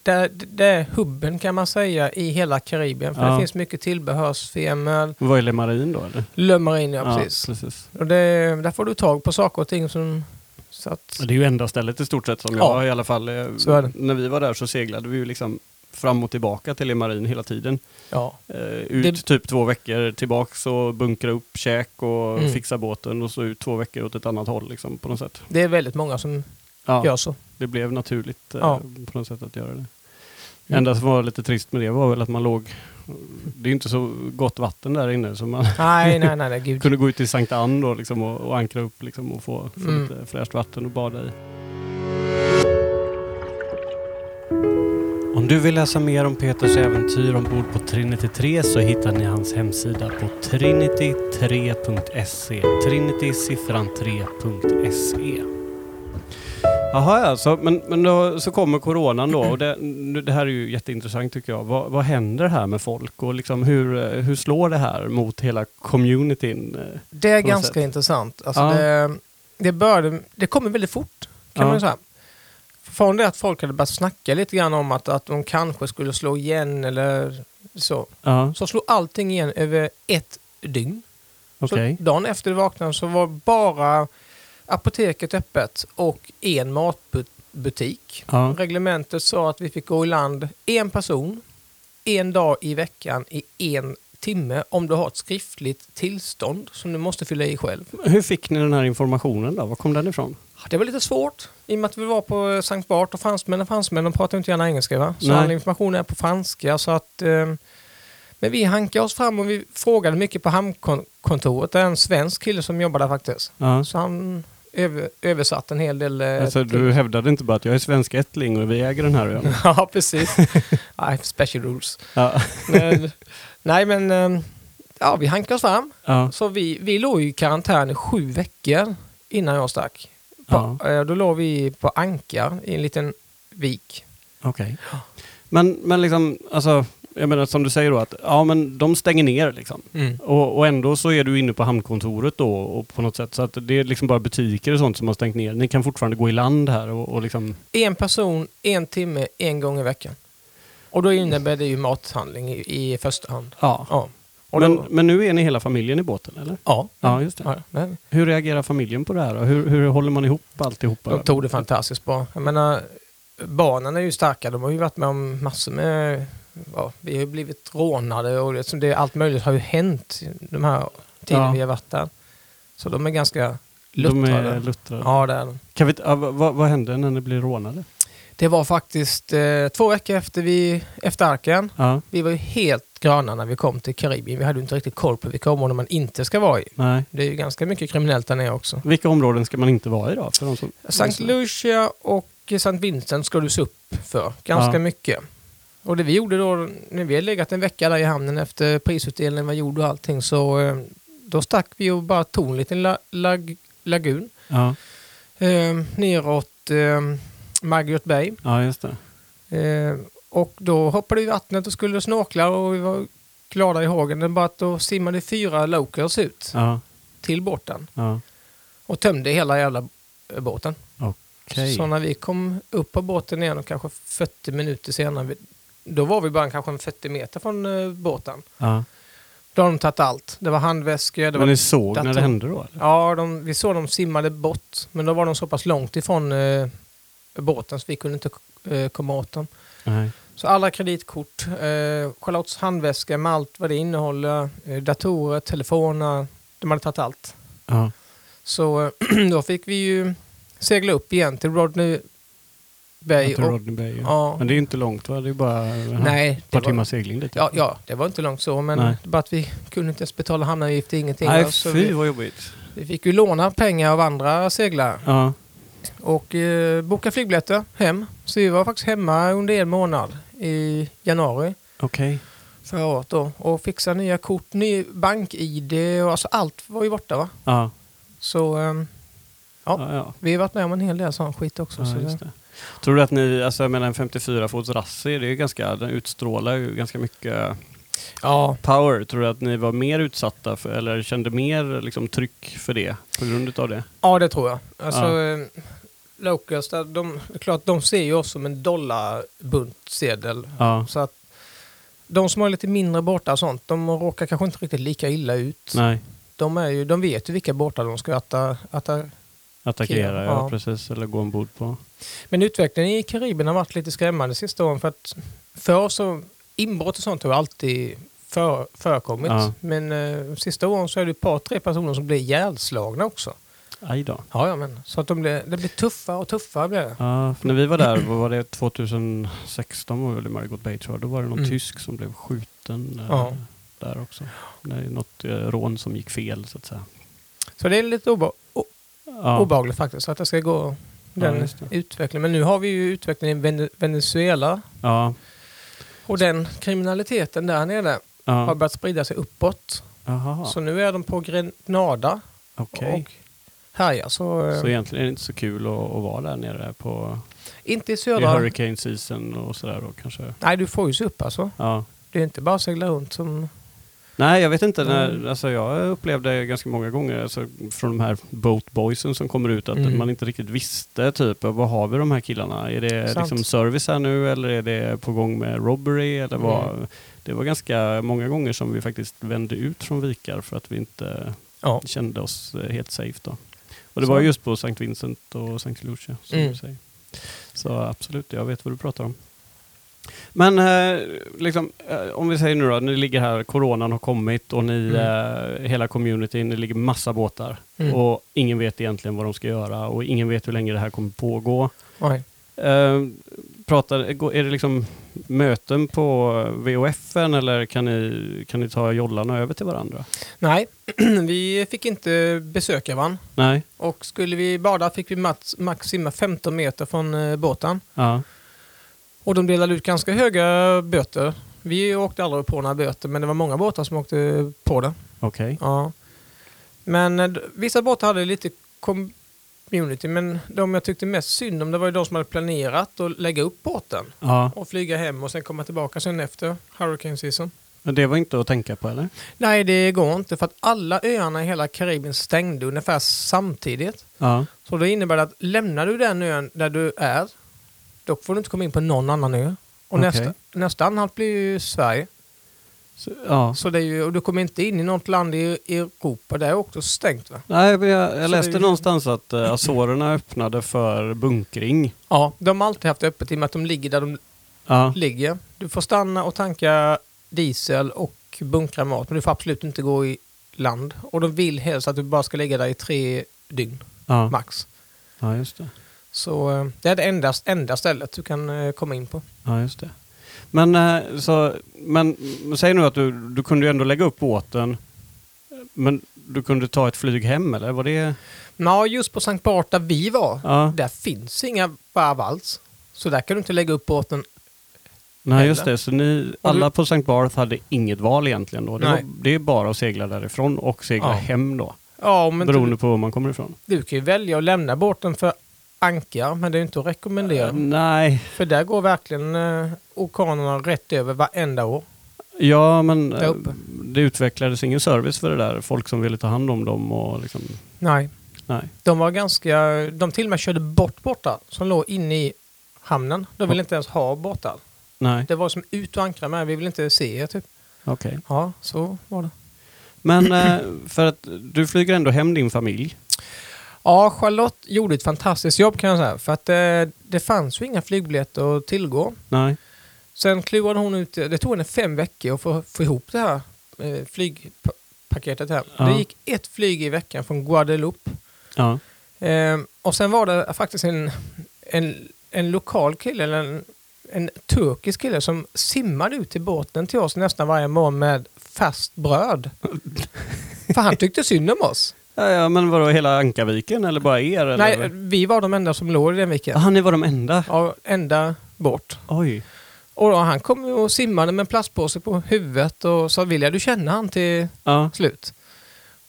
B: det, det är hubben kan man säga i hela Karibien. För
A: Ja.
B: det finns mycket tillbehörsfirmor.
A: Vad är Le Marin då eller?
B: Le Marine, ja, precis.
A: precis.
B: Och det, där får du tag på saker och ting som... Så att,
A: Och Det är ju enda stället i stort sett som
B: Ja.
A: jag i alla fall. eh,
B: Så är det.
A: När vi var där så seglade vi ju liksom fram och tillbaka till Le Marin hela tiden.
B: ja.
A: Eh, ut
B: Det-
A: typ två veckor tillbaks och bunkra upp käk och
B: Mm.
A: fixa båten och så ut två veckor åt ett annat håll liksom på något sätt.
B: Det är väldigt många som
A: Ja,
B: gör så.
A: Det blev naturligt eh,
B: Ja. Mm.
A: på något sätt att göra det. Det enda som var lite trist med det var väl att man låg... Det är ju inte så gott vatten där inne så man
B: Nej, nej, nej, nej gud.
A: kunde gå ut till Sankt Ann då, liksom, och, och ankra upp liksom, och få, få
B: Mm.
A: lite fräscht vatten och bada i. Om du vill läsa mer om Peters äventyr ombord på Trinity 3 så hittar ni hans hemsida på trinity3.se. Trinity siffran 3.se. Jaha, alltså, men, men då, så kommer coronan då och det, det här är ju jätteintressant tycker jag. Vad, vad händer här med folk och liksom hur, eh, hur slår det här mot hela communityn? eh?
B: Det är
A: på något
B: ganska
A: sätt.
B: intressant. Alltså
A: Ja.
B: det, det, började, det kommer väldigt fort, kan
A: Ja.
B: man ju säga. Från det att folk hade börjat snacka lite grann om att, att de kanske skulle slå igen eller så.
A: Ja,
B: Så slog allting igen över ett dygn.
A: okej.
B: Så dagen efter du vaknade så var bara apoteket öppet och en matbutik.
A: Ja,
B: Reglementet sa att vi fick gå i land en person, en dag i veckan i en timme om du har ett skriftligt tillstånd som du måste fylla i själv.
A: Hur fick ni den här informationen då? Var kom den ifrån?
B: Ja, Det var lite svårt i och med att vi var på eh, Sankt Bart och fransmän och fransmän de pratar ju inte gärna engelska. Va? Så
A: Nej.
B: all information är på franska. Så att, eh, men vi hankade oss fram och vi frågade mycket på hamnkontoret. Det är en svensk kille som jobbar där faktiskt.
A: Ja.
B: Så han över, översatt en hel del. eh,
A: Alltså,
B: till-
A: du hävdade inte bara att jag är svensk ättling och vi äger den här ön?
B: ja, precis. Nej, special rules.
A: Ja.
B: Men, nej, men eh, ja, vi hankade oss fram.
A: Ja.
B: Så vi, vi låg ju i karantän i sju veckor innan jag stack. På, eh, Då låg vi på ankar i en liten vik.
A: Okej. Men, men liksom, alltså, jag menar som du säger då att ja, men de stänger ner liksom. Och, och ändå så är du inne på hamnkontoret då och på något sätt. Så att det är liksom bara butiker och sånt som har stängt ner. Ni kan fortfarande gå i land här och, och liksom...
B: En person, en timme, en gång i veckan. Och då innebär det ju mathandling i, i första hand.
A: Ja.
B: Ja. Och
A: Men,
B: då,
A: men nu är ni hela familjen i båten eller?
B: ja.
A: Ja, just det.
B: Ja, nej.
A: Hur reagerar familjen på det här? då? Hur, hur håller man ihop alltihopa?
B: De tog det fantastiskt bra. Jag menar, barnen är ju starka. De har ju varit med om massor med... Ja, vi har ju blivit rånade och liksom det, allt möjligt har ju hänt de här tiden
A: Ja.
B: vi har varit där. Så de är ganska
A: De
B: luttrade.
A: är luttrade.
B: Ja, det är de.
A: Kan vi, ja, vad, vad- vad hände när ni blev rånade?
B: Det var faktiskt eh, två veckor efter, vi, efter Arken.
A: Ja,
B: Vi var ju helt gröna när vi kom till Karibien. Vi hade ju inte riktigt koll på vilka områden man inte ska vara i.
A: nej.
B: Det är ju ganska mycket kriminellt där nere också.
A: Vilka områden ska man inte vara i då? För de som,
B: Sankt Lucia och St. Vincent ska du se upp för ganska
A: Ja.
B: mycket. Och det vi gjorde då, när vi hade legat en vecka där i hamnen efter prisutdelningen var gjord och allting, så eh, då stack vi och bara tog en liten la, lag, lagun
A: Ja,
B: eh, neråt eh, Margaret Bay.
A: ja just det.
B: Eh, och då hoppade vi i vattnet och skulle snorkla och vi var glada i hågen. Det är bara att då simmade fyra locals ut
A: Ja,
B: till båten
A: ja.
B: och tömde hela jävla eh, båten.
A: Okej.
B: Så när vi kom upp på båten igen och kanske 40 minuter senare, vi- då var vi bara kanske en 40 meter från eh, båten.
A: Ja.
B: Då har de tagit allt. Det var handväskor, det
A: Men
B: var...
A: ni såg när det
B: datorn.
A: hände då? Eller?
B: Ja, de, vi såg de simmade bort, men då var de så pass långt ifrån eh, båten så vi kunde inte eh, komma åt dem.
A: Nej.
B: Så alla kreditkort, eh, Charlottes handväska med allt vad det innehåller, eh, datorer, telefoner, de hade tagit allt.
A: Ja.
B: Så då fick vi ju segla upp igen till Rodney Bay.
A: Att det
B: och-
A: Rodney Bay. Ja.
B: ja,
A: Men det är ju inte långt va? Det är bara ett
B: nej, det
A: par
B: var,
A: timmars segling dit.
B: ja, ja, det var inte långt så, men
A: Nej.
B: det bara att vi kunde inte ens betala hamnavgift, ingenting.
A: Nej,
B: va, så
A: fy
B: vi,
A: vad jobbigt.
B: vi fick ju låna pengar av andra seglare
A: Ja,
B: och eh, boka flygbiljetter hem. Så vi var faktiskt hemma under en månad i januari.
A: okej.
B: förra året då och fixa nya kort, ny bank-id och alltså allt var ju borta va.
A: Ja.
B: Så ehm, Ja.
A: Ja, ja.
B: vi har varit med om en hel del sån skit också. så
A: Ja,
B: det,
A: just det. Tror du att ni, alltså jag menar en 54-fots rassi, det är ju ganska, den utstrålar ju ganska mycket
B: ja.
A: power. Tror du att ni var mer utsatta för, eller kände mer liksom, tryck för det på grund av det?
B: ja, det tror jag. Alltså,
A: Ja.
B: ehm, locals, där de, klart de ser ju oss som en dollarbuntsedel.
A: Ja.
B: Så att de som har lite mindre båtar och sånt, de råkar kanske inte riktigt lika illa ut.
A: Nej.
B: De, är ju, de vet ju vilka båtar de ska atta, atta.
A: Attackera, ja,
B: Ja.
A: precis. Eller gå ombord på.
B: Men utvecklingen i Karibien har varit lite skrämmande sista åren för att förr så inbrott och sånt har ju alltid för, förekommit.
A: Ja.
B: Men eh, sista åren så är det ett par, tre personer som blir ihjälslagna också.
A: Aj då.
B: Ja, ja, men. Så att de blir, det blir tuffare och tuffare. Blir det.
A: Ja, för när vi var där, vad var det 2016 var vi väl i Margot Bay tror jag. Då var det någon
B: Mm.
A: tysk som blev skjuten eh,
B: Ja.
A: där också. Det är något eh, rån som gick fel så att säga.
B: Så det är lite obe, o,
A: Ja.
B: obehagligt faktiskt att det ska gå den
A: Ja, just det.
B: utvecklingen. Men nu har vi ju utvecklingen i Vene- Venezuela
A: Ja.
B: och den kriminaliteten där nere har
A: ja.
B: börjat sprida sig uppåt.
A: Jaha,
B: Så nu är de på Grenada
A: okej.
B: och härjar. Så, eh,
A: Så egentligen är det inte så kul att, att vara där nere på
B: inte i
A: i
B: södra...
A: hurricane season och sådär då kanske.
B: Nej, du får ju se upp alltså.
A: Ja.
B: Det är inte bara att segla runt som...
A: Nej, jag vet inte. När,
B: Mm.
A: alltså, jag upplevde ganska många gånger alltså, från de här boatboysen som kommer ut att
B: Mm.
A: man inte riktigt visste typ, vad har vi de här killarna? Är det
B: Sant.
A: liksom service här nu eller är det på gång med robbery? Eller vad?
B: Mm.
A: Det var ganska många gånger som vi faktiskt vände ut från vikar för att vi inte
B: Ja.
A: kände oss eh, helt safe. Då. Och det
B: Så.
A: var just på St. Vincent och St. Lucia. Som
B: Mm.
A: du säger. Så absolut, jag vet vad du pratar om. Men eh, liksom, eh, om vi säger nu då, ni ligger här, coronan har kommit och ni,
B: Mm.
A: eh, hela communityn, det ligger massa båtar.
B: Mm.
A: Och ingen vet egentligen vad de ska göra och ingen vet hur länge det här kommer pågå.
B: Nej.
A: Eh, pratar, gå- är det liksom möten på VOF eller kan ni, kan ni ta jollarna över till varandra?
B: Nej, vi fick inte besöka varandra.
A: Nej?
B: Och skulle vi bada fick vi max, max simma 15 meter från eh, båten.
A: Ja.
B: Och de delade ut ganska höga böter. Vi åkte aldrig på några böter, men det var många båtar som åkte på det.
A: Okej.
B: Ja. Men eh, d- vissa båtar hade lite community, men de jag tyckte mest synd om det var ju de som hade planerat att lägga upp båten
A: Ja.
B: och flyga hem och sen komma tillbaka sen efter hurricane season.
A: Men det var inte att tänka på eller?
B: Nej, det går inte för att alla öarna i hela Karibien stängde ungefär samtidigt.
A: Ja.
B: Så det innebär att lämnar du den ön där du är, då får du inte komma in på någon annan ö. Och
A: Okej.
B: nästa, nästa anhalt blir ju Sverige.
A: Så, ja.
B: Så det är ju, och du kommer inte in i något land i i Europa, det är också stängt va?
A: Nej, men jag, jag
B: Så
A: läste
B: det är ju-
A: någonstans att eh, Azorerna öppnade för bunkring.
B: Ja, de har alltid haft öppet i och med att de ligger där de
A: Ja.
B: ligger. Du får stanna och tanka diesel och bunkra mat, men du får absolut inte gå i land. Och de vill helst att du bara ska ligga där i tre dygn,
A: Ja.
B: max.
A: ja, just det.
B: Så eh, det är det enda, enda stället du kan eh, komma in på.
A: Ja, just det. Men, eh, så, men men säg nu att du, du kunde ju ändå lägga upp båten, men du kunde ta ett flyg hem eller? Var det...
B: Ja, just på Sankt Bart där vi var,
A: Ja.
B: där finns inga varv alls. Så där kan du inte lägga upp båten.
A: Nej, just
B: Eller?
A: det. Så ni,
B: Har du-
A: alla på St. Barth hade inget val egentligen då? Det, var,
B: Nej.
A: det är bara att segla därifrån och segla
B: Ja.
A: hem då?
B: Ja, men
A: beroende
B: du,
A: på var man kommer ifrån?
B: du kan ju välja att lämna båten för ankar, men det är ju inte att rekommendera.
A: Eh, Nej,
B: För där går verkligen eh, orkanerna rätt över varenda år.
A: Ja, men
B: Där
A: eh,
B: uppe.
A: det utvecklades ingen service för det där. Folk som ville ta hand om dem och liksom,
B: Nej,
A: nej.
B: de var ganska... De till och med körde bort båtar som låg inne i hamnen. De ville inte ens ha båtar.
A: Nej,
B: Det var som ut och ankra med, vi vill inte se er typ.
A: okej.
B: Ja, så var det.
A: Men eh, för att du flyger ändå hem din familj.
B: Ja, Charlotte gjorde ett fantastiskt jobb kan jag säga. För att eh, det fanns ju inga flygbiljetter att tillgå.
A: Nej,
B: Sen klurade hon ut, det tog henne fem veckor att få, få ihop det här eh, flygpaketet här.
A: Ja.
B: Det gick ett flyg i veckan från Guadeloupe.
A: ja,
B: Eh, och sen var det faktiskt en, en, en lokal kille, eller en, en turkisk kille som simmade ut till båten till oss nästan varje morgon med fast bröd. För han tyckte synd om oss.
A: ja, ja men vadå hela Ankarviken eller bara er? Eller?
B: Nej, vi var de enda som låg i den viken.
A: ah, ni var de enda?
B: Ja, ända bort.
A: Oj.
B: Och då, han kom ju och simmade med en plastpåse på huvudet och sa vill jag du känna han till
A: Ja,
B: slut.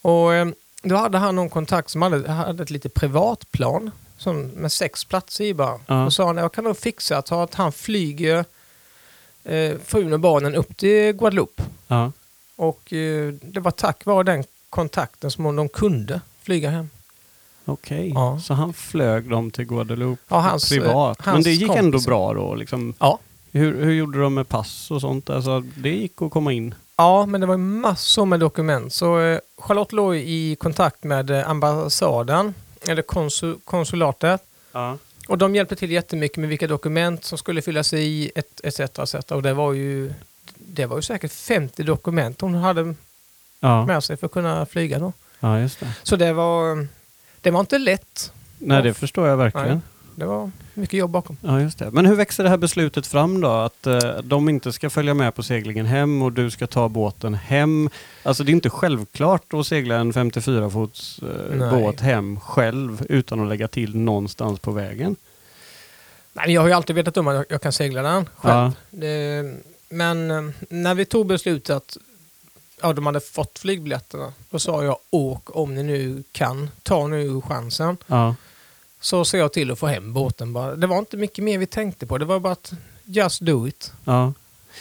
B: Och eh, då hade han någon kontakt som hade, hade ett lite privatplan som, med sex platser i bara.
A: Ja.
B: Och sa han, jag kan nog fixa att, ha- att han flyger eh, frun och barnen upp till Guadeloupe.
A: ja.
B: Och eh, det var tack vare den kontakten som de kunde flyga hem.
A: Okej,
B: Ja.
A: så han flög dem till Guadeloupe
B: Ja, hans, eh,
A: privat. Men
B: hans
A: det gick ändå
B: kompisar.
A: bra då? Liksom,
B: Ja.
A: hur, hur gjorde de med pass och sånt? Alltså, det gick att komma in?
B: Ja, men det var ju massor med dokument. Så eh, Charlotte låg i kontakt med eh, ambassaden, eller konsul, konsulatet.
A: Ja.
B: Och de hjälpte till jättemycket med vilka dokument som skulle fyllas i et- etc. etc. Och det var, ju, det var ju säkert 50 dokument hon hade
A: Ja,
B: med sig för att kunna flyga då.
A: ja just det.
B: Så det var, det var inte lätt.
A: Nej, det förstår jag verkligen.
B: Nej. Det var mycket jobb bakom.
A: Ja, just det. Men hur växer det här beslutet fram då? Att eh, de inte ska följa med på seglingen hem och du ska ta båten hem. Alltså det är inte självklart att segla en 54-fots eh,
B: Nej.
A: båt hem själv utan att lägga till någonstans på vägen.
B: Nej, jag har ju alltid vetat om att jag- jag kan segla den själv.
A: Ja.
B: Det, men eh, när vi tog beslutet att ja, de hade fått flygbiljetterna, då sa jag åk om ni nu kan, ta nu chansen.
A: Ja,
B: Så ser jag till att få hem båten bara. Det var inte mycket mer vi tänkte på, det var bara att just do it.
A: ja.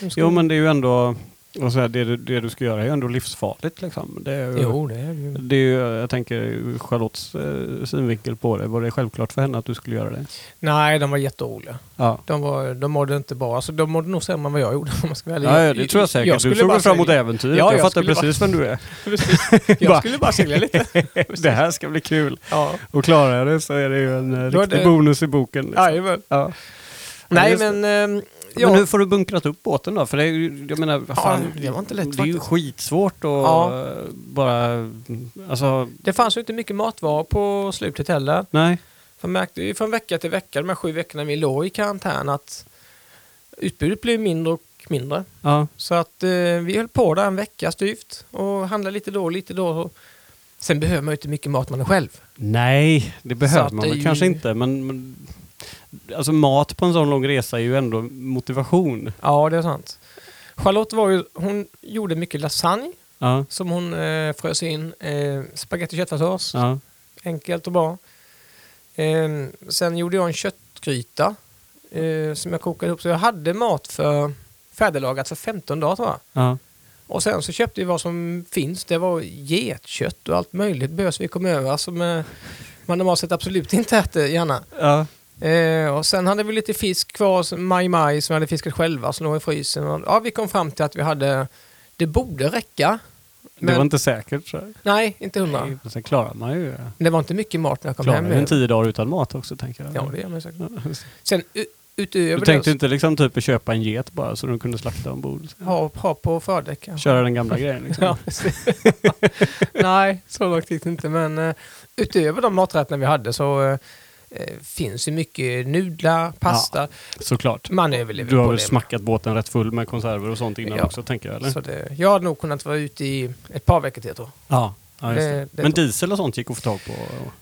B: Nu ska
A: Jo,
B: vi-
A: men det är ju ändå... Och så här, det, du- det du ska göra är ju ändå livsfarligt. Liksom. Det är ju,
B: Jo, det är det ju.
A: Det är ju, jag tänker ur Charlottes eh, synvinkel på det. Var det självklart för henne att du skulle göra det?
B: Nej, de var jätteoroliga.
A: Ja.
B: De, var, de mådde inte bra. Alltså, de mådde nog sämre än vad jag gjorde om man ska välja.
A: Ja, ja, det tror jag säkert. du
B: skulle
A: såg
B: bara
A: väl fram emot
B: segla.
A: äventyret?
B: Ja,
A: jag,
B: jag
A: fattar
B: skulle
A: precis vem du är.
B: Precis.
A: Bara-
B: Jag skulle bara segla lite.
A: det här ska bli kul.
B: Ja.
A: Och klarar jag det så är det ju en eh,
B: Då är
A: riktig
B: det-
A: bonus i boken. Liksom.
B: Jajamän.
A: Ja.
B: Nej,
A: just det.
B: men... ehm,
A: Men
B: ja.
A: hur får du bunkrat upp båten då? För det är ju, jag menar, vad fan,
B: Ja, det var inte lätt
A: Det är ju
B: faktiskt.
A: skitsvårt att
B: Ja.
A: eh, bara, alltså,
B: Det fanns ju inte mycket matvaror på slutet heller.
A: nej.
B: Jag märkte ju från vecka till vecka, de här sju veckorna vi låg i karantän, att utbudet blev mindre och mindre.
A: Ja,
B: Så att eh, vi höll på där en vecka styvt och handlade lite då och lite då. Sen behöver man ju inte mycket mat man är själv.
A: Nej, det behöver
B: att
A: man
B: det
A: väl
B: är ju-
A: kanske inte. Men, men alltså mat på en sån lång resa är ju ändå motivation.
B: Ja, det är sant. Charlotte var ju, hon gjorde mycket lasagne
A: Ja,
B: som hon eh, frös in. Eh, spagetti och köttfärssås,
A: ja,
B: enkelt och bra. Eh, sen gjorde jag en köttgryta eh, som jag kokade ihop. Så jag hade mat för färdiglagat för 15 dagar tror jag.
A: ja.
B: Och sen så köpte vi vad som finns. Det var getkött och allt möjligt bös vi kom över som eh, man normalt sett absolut inte äter gärna.
A: ja.
B: Eh, och sen hade vi lite fisk kvar, så- maj-maj, som vi hade fiskat själva som låg i frysen. Och, ja, vi kom fram till att vi hade, det borde räcka.
A: Det
B: Men-
A: var inte säkert. Så.
B: Nej, inte hundra.
A: Nej, men Sen klarar man ju
B: Det var inte mycket mat när jag kom
A: klarar
B: hem.
A: man ju en tio dagar utan mat också, tänker jag.
B: Ja, det gör man säkert.
A: Ja.
B: Sen u-
A: Du
B: utöver
A: tänkte
B: det,
A: inte liksom typ köpa en get bara så de kunde slakta ombord?
B: ha, ha på fördäck kanske.
A: Köra den gamla grejen liksom?
B: Ja, precis. Nej, så långt gick det inte. Men eh, utöver de maträtterna vi hade så eh, eh, finns ju mycket nudlar, pasta.
A: Såklart.
B: Man överlever
A: Du har
B: på
A: väl
B: det.
A: smackat båten rätt full med konserver och sånt innan
B: Ja.
A: också, tänker jag? Eller?
B: Så det, jag hade nog kunnat vara ute i ett par veckor till tror jag.
A: Ja. ja just det,
B: Det- det
A: Men
B: tror
A: diesel och sånt gick att få tag på? och-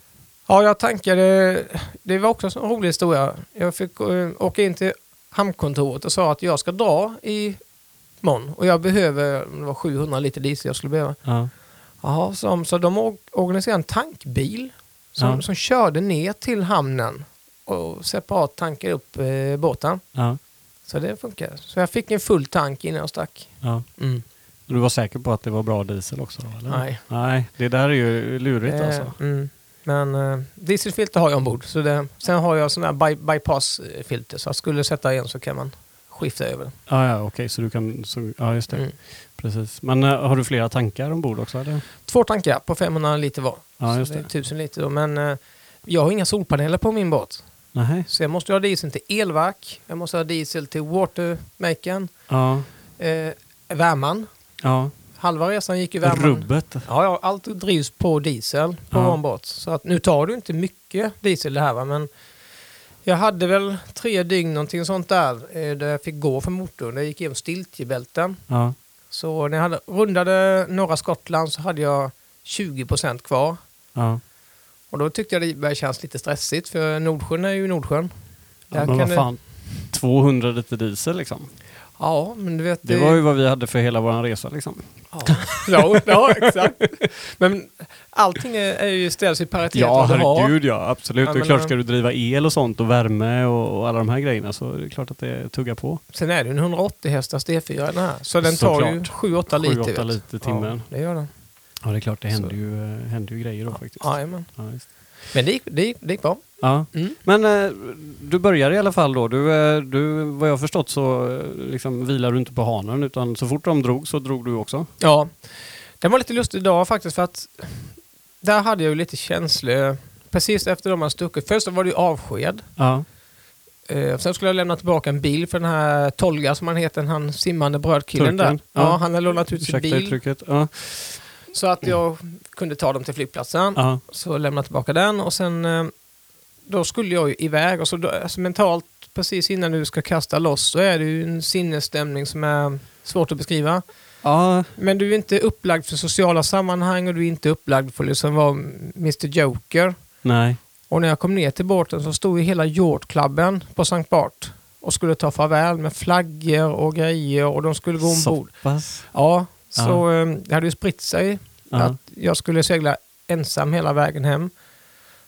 B: Ja, jag tankade. Det var också en sån rolig historia. Jag fick eh, åka in till hamnkontoret och sa att jag ska dra i morgon och jag behöver det var 700 liter diesel jag skulle behöva.
A: Ja.
B: Jaha, så, de- så de or- organiserade en tankbil som,
A: Ja.
B: som körde ner till hamnen och separat tankade upp eh, båten.
A: Ja.
B: Så det funkar. Så jag fick en full tank innan jag stack.
A: ja. Du var säker på att det var bra diesel också? Då, eller?
B: Nej.
A: Nej, det där är ju lurigt
B: Eh,
A: alltså.
B: mm. Men eh, dieselfilter har jag ombord. Så det, sen har jag sån här by, bypassfilter. Så jag skulle sätta igen så kan man skifta över. den.
A: Ja, ja okej, så du kan... Så, ja, just det.
B: Mm.
A: Precis. Men eh, har du flera tankar ombord också? Eller?
B: Två tankar på 500 liter var.
A: Ja, just
B: så det är
A: det.
B: 1000 liter då. Men eh, jag har inga solpaneler på min båt.
A: Nej.
B: Så jag måste ha diesel till elverk. Jag måste ha diesel till watermakern.
A: Ja.
B: Eh, värman.
A: ja.
B: Halva resan gick ju värman.
A: Rubbet.
B: Ja, ja, allt drivs på diesel på
A: Ja.
B: vår båt. Så att nu tar du inte mycket diesel det här va, men jag hade väl tre dygn någonting sånt där eh, där jag fick gå för motorn. Jag gick igenom stiltjebälten.
A: Ja.
B: Så när jag hade, rundade norra Skottland så hade jag 20% kvar.
A: ja.
B: Och då tyckte jag det började kännas lite stressigt för Nordsjön är ju Nordsjön.
A: Ja,
B: Där
A: men
B: kan
A: vad
B: det-
A: fan. 200 liter diesel liksom.
B: Ja, men du vet...
A: Det var ju vad vi hade för hela vår resa liksom.
B: Ja, ja, ja exakt. Men allting är, är ju ställs i paritet
A: Ja,
B: vad du har.
A: herregud ja. Absolut.
B: Ja,
A: det är
B: men,
A: klart,
B: eh,
A: ska du driva el och sånt och värme och, och alla de här grejerna så är det klart att det tuggar på.
B: Sen är det en 180 hästars D4 den här. Så den tar ju
A: Såklart.
B: 7-8
A: Sju,
B: liter.
A: åtta
B: vet du.
A: liter timmen.
B: Ja, det gör den.
A: Ja, det är klart, det
B: händer
A: händer ju, händer ju grejer då faktiskt.
B: Jajamän.
A: Ja, just.
B: Men det gick, det gick, det gick bra.
A: Ja.
B: Mm.
A: Men eh, du börjar i alla fall då. Du, eh, du, vad jag har förstått så eh, liksom, vilar du inte på hanen utan så fort de drog så drog du också.
B: Ja, den var lite lustig idag faktiskt för att där hade jag ju lite känslor precis efter de hade stuckit. Först var det ju avsked.
A: Ja.
B: Eh, sen skulle jag lämna tillbaka en bil för den här Tolga som han heter, den han simmande brödkillen där.
A: Turken,
B: Ja,
A: ja.
B: han hade lånat ut sin
A: Ursäkta
B: bil
A: uttrycket. Ja.
B: så att jag kunde ta dem till flygplatsen.
A: Ja.
B: Så lämnade jag tillbaka den och sen eh, då skulle jag ju iväg och så då, alltså mentalt precis innan du ska kasta loss så är det ju en sinnesstämning som är svårt att beskriva.
A: ja.
B: Men du är inte upplagd för sociala sammanhang och du är inte upplagd för att liksom vara Mr Joker.
A: Nej.
B: Och när jag kom ner till båten så stod ju hela Yachtklubben på Sankt Bart och skulle ta farväl med flaggor och grejer och de skulle gå ombord.
A: Så pass.
B: Ja, så
A: Ja.
B: eh, det hade ju spritt sig
A: Ja.
B: att jag skulle segla ensam hela vägen hem.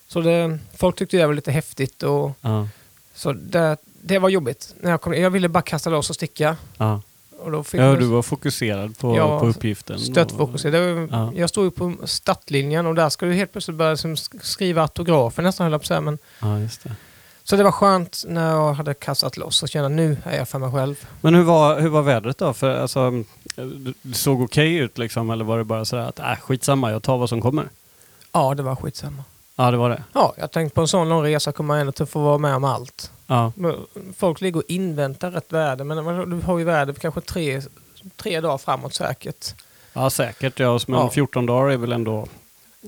B: Så det, folk tyckte det var lite häftigt och
A: Ja.
B: så det, det var jobbigt. När jag, kom, ner- jag ville bara kasta loss och sticka.
A: Ja.
B: Och då fick
A: ja,
B: jag-
A: du var fokuserad på,
B: Ja,
A: på uppgiften.
B: Stöttfokuserad. Det var-
A: Ja.
B: Jag stod ju på startlinjen och där ska du helt plötsligt börja som sk- skriva autografer nästan höll jag på att säga. Men,
A: Ja, just det.
B: så det var skönt när jag hade kastat loss och kände nu är jag för mig själv.
A: Men hur var, hur var vädret då? För, alltså, det såg okej ut liksom eller var det bara sådär att äh, skitsamma, jag tar vad som kommer?
B: Ja, det var skitsamma.
A: Ja, det var det.
B: Ja, jag tänkte på en sån lång resa kommer jag ändå inte få vara med om allt.
A: Ja.
B: Men Folk ligger och inväntar rätt väder, men man- du har ju väder för kanske tre, tre dagar framåt säkert.
A: Ja, säkert. Ja, men
B: Ja.
A: 14 dagar är väl ändå...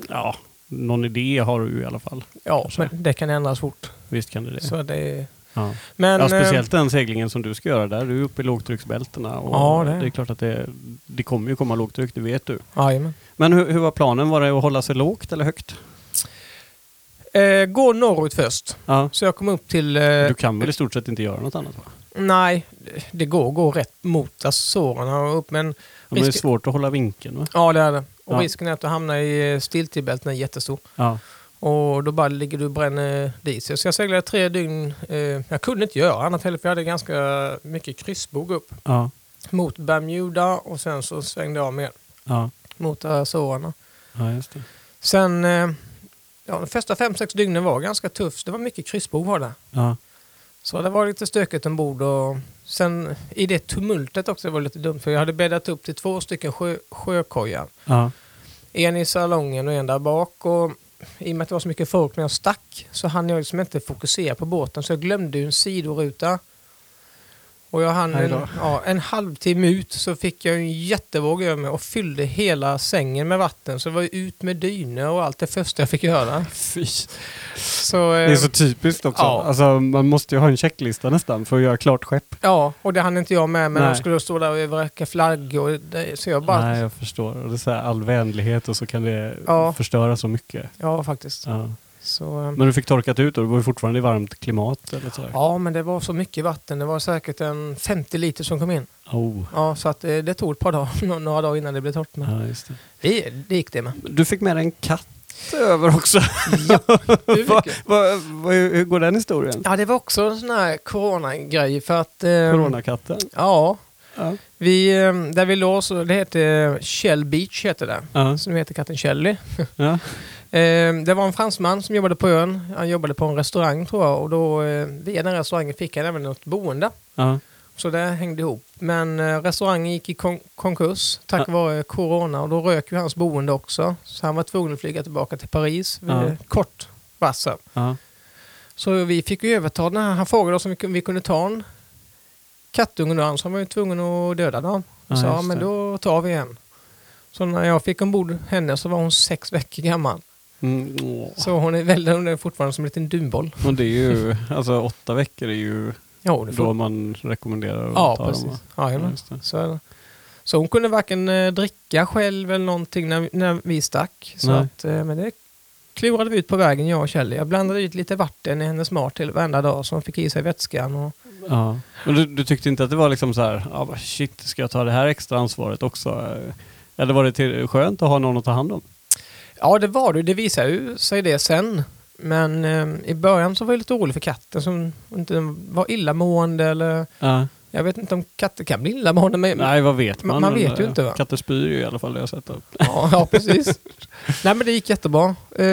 A: Ja, någon idé har du i alla fall.
B: Ja,
A: Kanske.
B: men det kan ändras fort.
A: Visst kan det det.
B: Så det,
A: Ja.
B: men,
A: ja,
B: eh,
A: speciellt den seglingen som du ska göra där. Du är uppe i lågtrycksbältena. Och
B: Ja, det
A: det.
B: är.
A: är klart att det, det kommer ju komma lågtryck, det vet du.
B: eh, Jajamän.
A: Men hur, hur var planen? Var det att hålla sig lågt eller högt?
B: Eh, gå norrut först.
A: Ja.
B: Så jag kom upp till... eh,
A: Du kan väl i stort sett inte göra något annat? Va?
B: Nej, det går att gå rätt mot Azorerna och upp, men
A: Ja, men det är
B: Risk-
A: svårt att hålla vinkeln va?
B: ja det är det. Och
A: Ja.
B: risken är att du hamnar i eh, stiltibälten är jättestor.
A: Ja.
B: Och då bara ligger du och bränner diesel. Så jag seglade tre dygn. Eh, jag kunde inte göra annat heller, för jag hade ganska mycket kryssbog upp
A: Ja.
B: mot Bermuda och sen så svängde jag av mer
A: Ja.
B: mot Azorerna.
A: ja, just det.
B: Sen, eh, ja, de första fem, sex dygnen var ganska tufft. Det var mycket kryssbog var det.
A: Ja.
B: Så det var lite stökigt ombord och sen i det tumultet också, det var lite dumt för jag hade bäddat upp till två stycken sjö, sjökojar.
A: Ja.
B: En i salongen och en där bak och i och med att det var så mycket folk när jag stack så hann jag liksom inte fokusera på båten så jag glömde ju en sidoruta. Och jag hann
A: Aj
B: en,
A: då.
B: ja, en halvtimme ut så fick jag ju en jättevåg över mig och fyllde hela sängen med vatten. Så det var ju ut med dyne och allt det första jag fick göra.
A: Fy.
B: Så,
A: Det
B: eh,
A: är så typiskt också.
B: Ja.
A: Alltså, man måste ju ha en checklista nästan för att göra klart skepp.
B: Ja, och det hann inte jag med, men
A: Nej.
B: de skulle stå där och vräka flaggor. och det- Så jag bara...
A: Nej, jag förstår. Och det är så här, all vänlighet och så kan det
B: Ja.
A: förstöra så mycket.
B: Ja, faktiskt.
A: Ja.
B: Så, eh,
A: Men du fick torkat ut och det var ju fortfarande i varmt klimat? Eller så här.
B: ja, men det var så mycket vatten. Det var säkert en 50 liter som kom in.
A: Oh.
B: Ja, så att eh, det tog ett par dagar, nå- några dagar innan det blev torrt. Men
A: Ja, just det.
B: det, det gick det med.
A: Du fick med dig en katt över också.
B: Hur mycket?
A: Vad- vad- hur går den historien?
B: Ja, det var också en sån här coronagrej för att... Eh,
A: Coronakatten?
B: Ja.
A: Ja.
B: Vi, eh, där vi låg så, det heter Shell Beach, heter det.
A: Ja.
B: Så nu heter katten Shelly.
A: Ja.
B: Eh, det var en fransman som jobbade på ön. Han jobbade på en restaurang tror jag och då eh, via den restaurangen fick han även något boende.
A: Ja.
B: Så det hängde ihop. Men eh, restaurangen gick i kon- konkurs tack vare corona och då rök ju hans boende också. Så han var tvungen att flyga tillbaka till Paris vid eh,
A: Ja.
B: kort varsel.
A: Ja.
B: Så vi fick ju överta den här. Han frågade oss om vi kunde, vi kunde ta en kattungen då, annars var man ju tvungen att döda dem.
A: Ja,
B: Ja, så ja,
A: just
B: men
A: det.
B: då tar vi en. Så när jag fick ombord henne så var hon sex veckor gammal.
A: Mm, åh.
B: Så hon är, väl, hon är fortfarande som en liten dunboll.
A: Och det är ju, alltså åtta veckor är ju
B: Ja, hon är
A: då
B: fort-
A: man rekommenderar att
B: ja
A: ta dem. va? Mm.
B: precis. Ja,
A: Ja,
B: jajamän.
A: just det.
B: så, är det. så hon kunde varken eh, dricka själv eller någonting när, vi- när vi stack. Så
A: Nej.
B: att, eh, men det klurade vi ut på vägen, jag och Kjell. Jag blandade ut lite vatten i hennes mat till varenda dag så hon fick i sig vätskan. Och,
A: Ja. Men du, du tyckte inte att det var liksom så här, ah, vad shit, ska jag ta det här extra ansvaret också? Eh, Eller var det till, skönt att ha någon att ta hand om?
B: Ja, det var det. Det visade ju sig det sen. Men eh, i början så var jag lite orolig för katten som inte var illamående eller... Jag vet inte om katter kan bli illamående, men...
A: Eh, Nej, vad vet man?
B: Man- man
A: Men,
B: vet ju
A: eh,
B: inte, va?
A: Katter spyr ju i alla fall, det har jag sett. Upp.
B: Ja, ja precis. Nej, men det gick jättebra. Eh,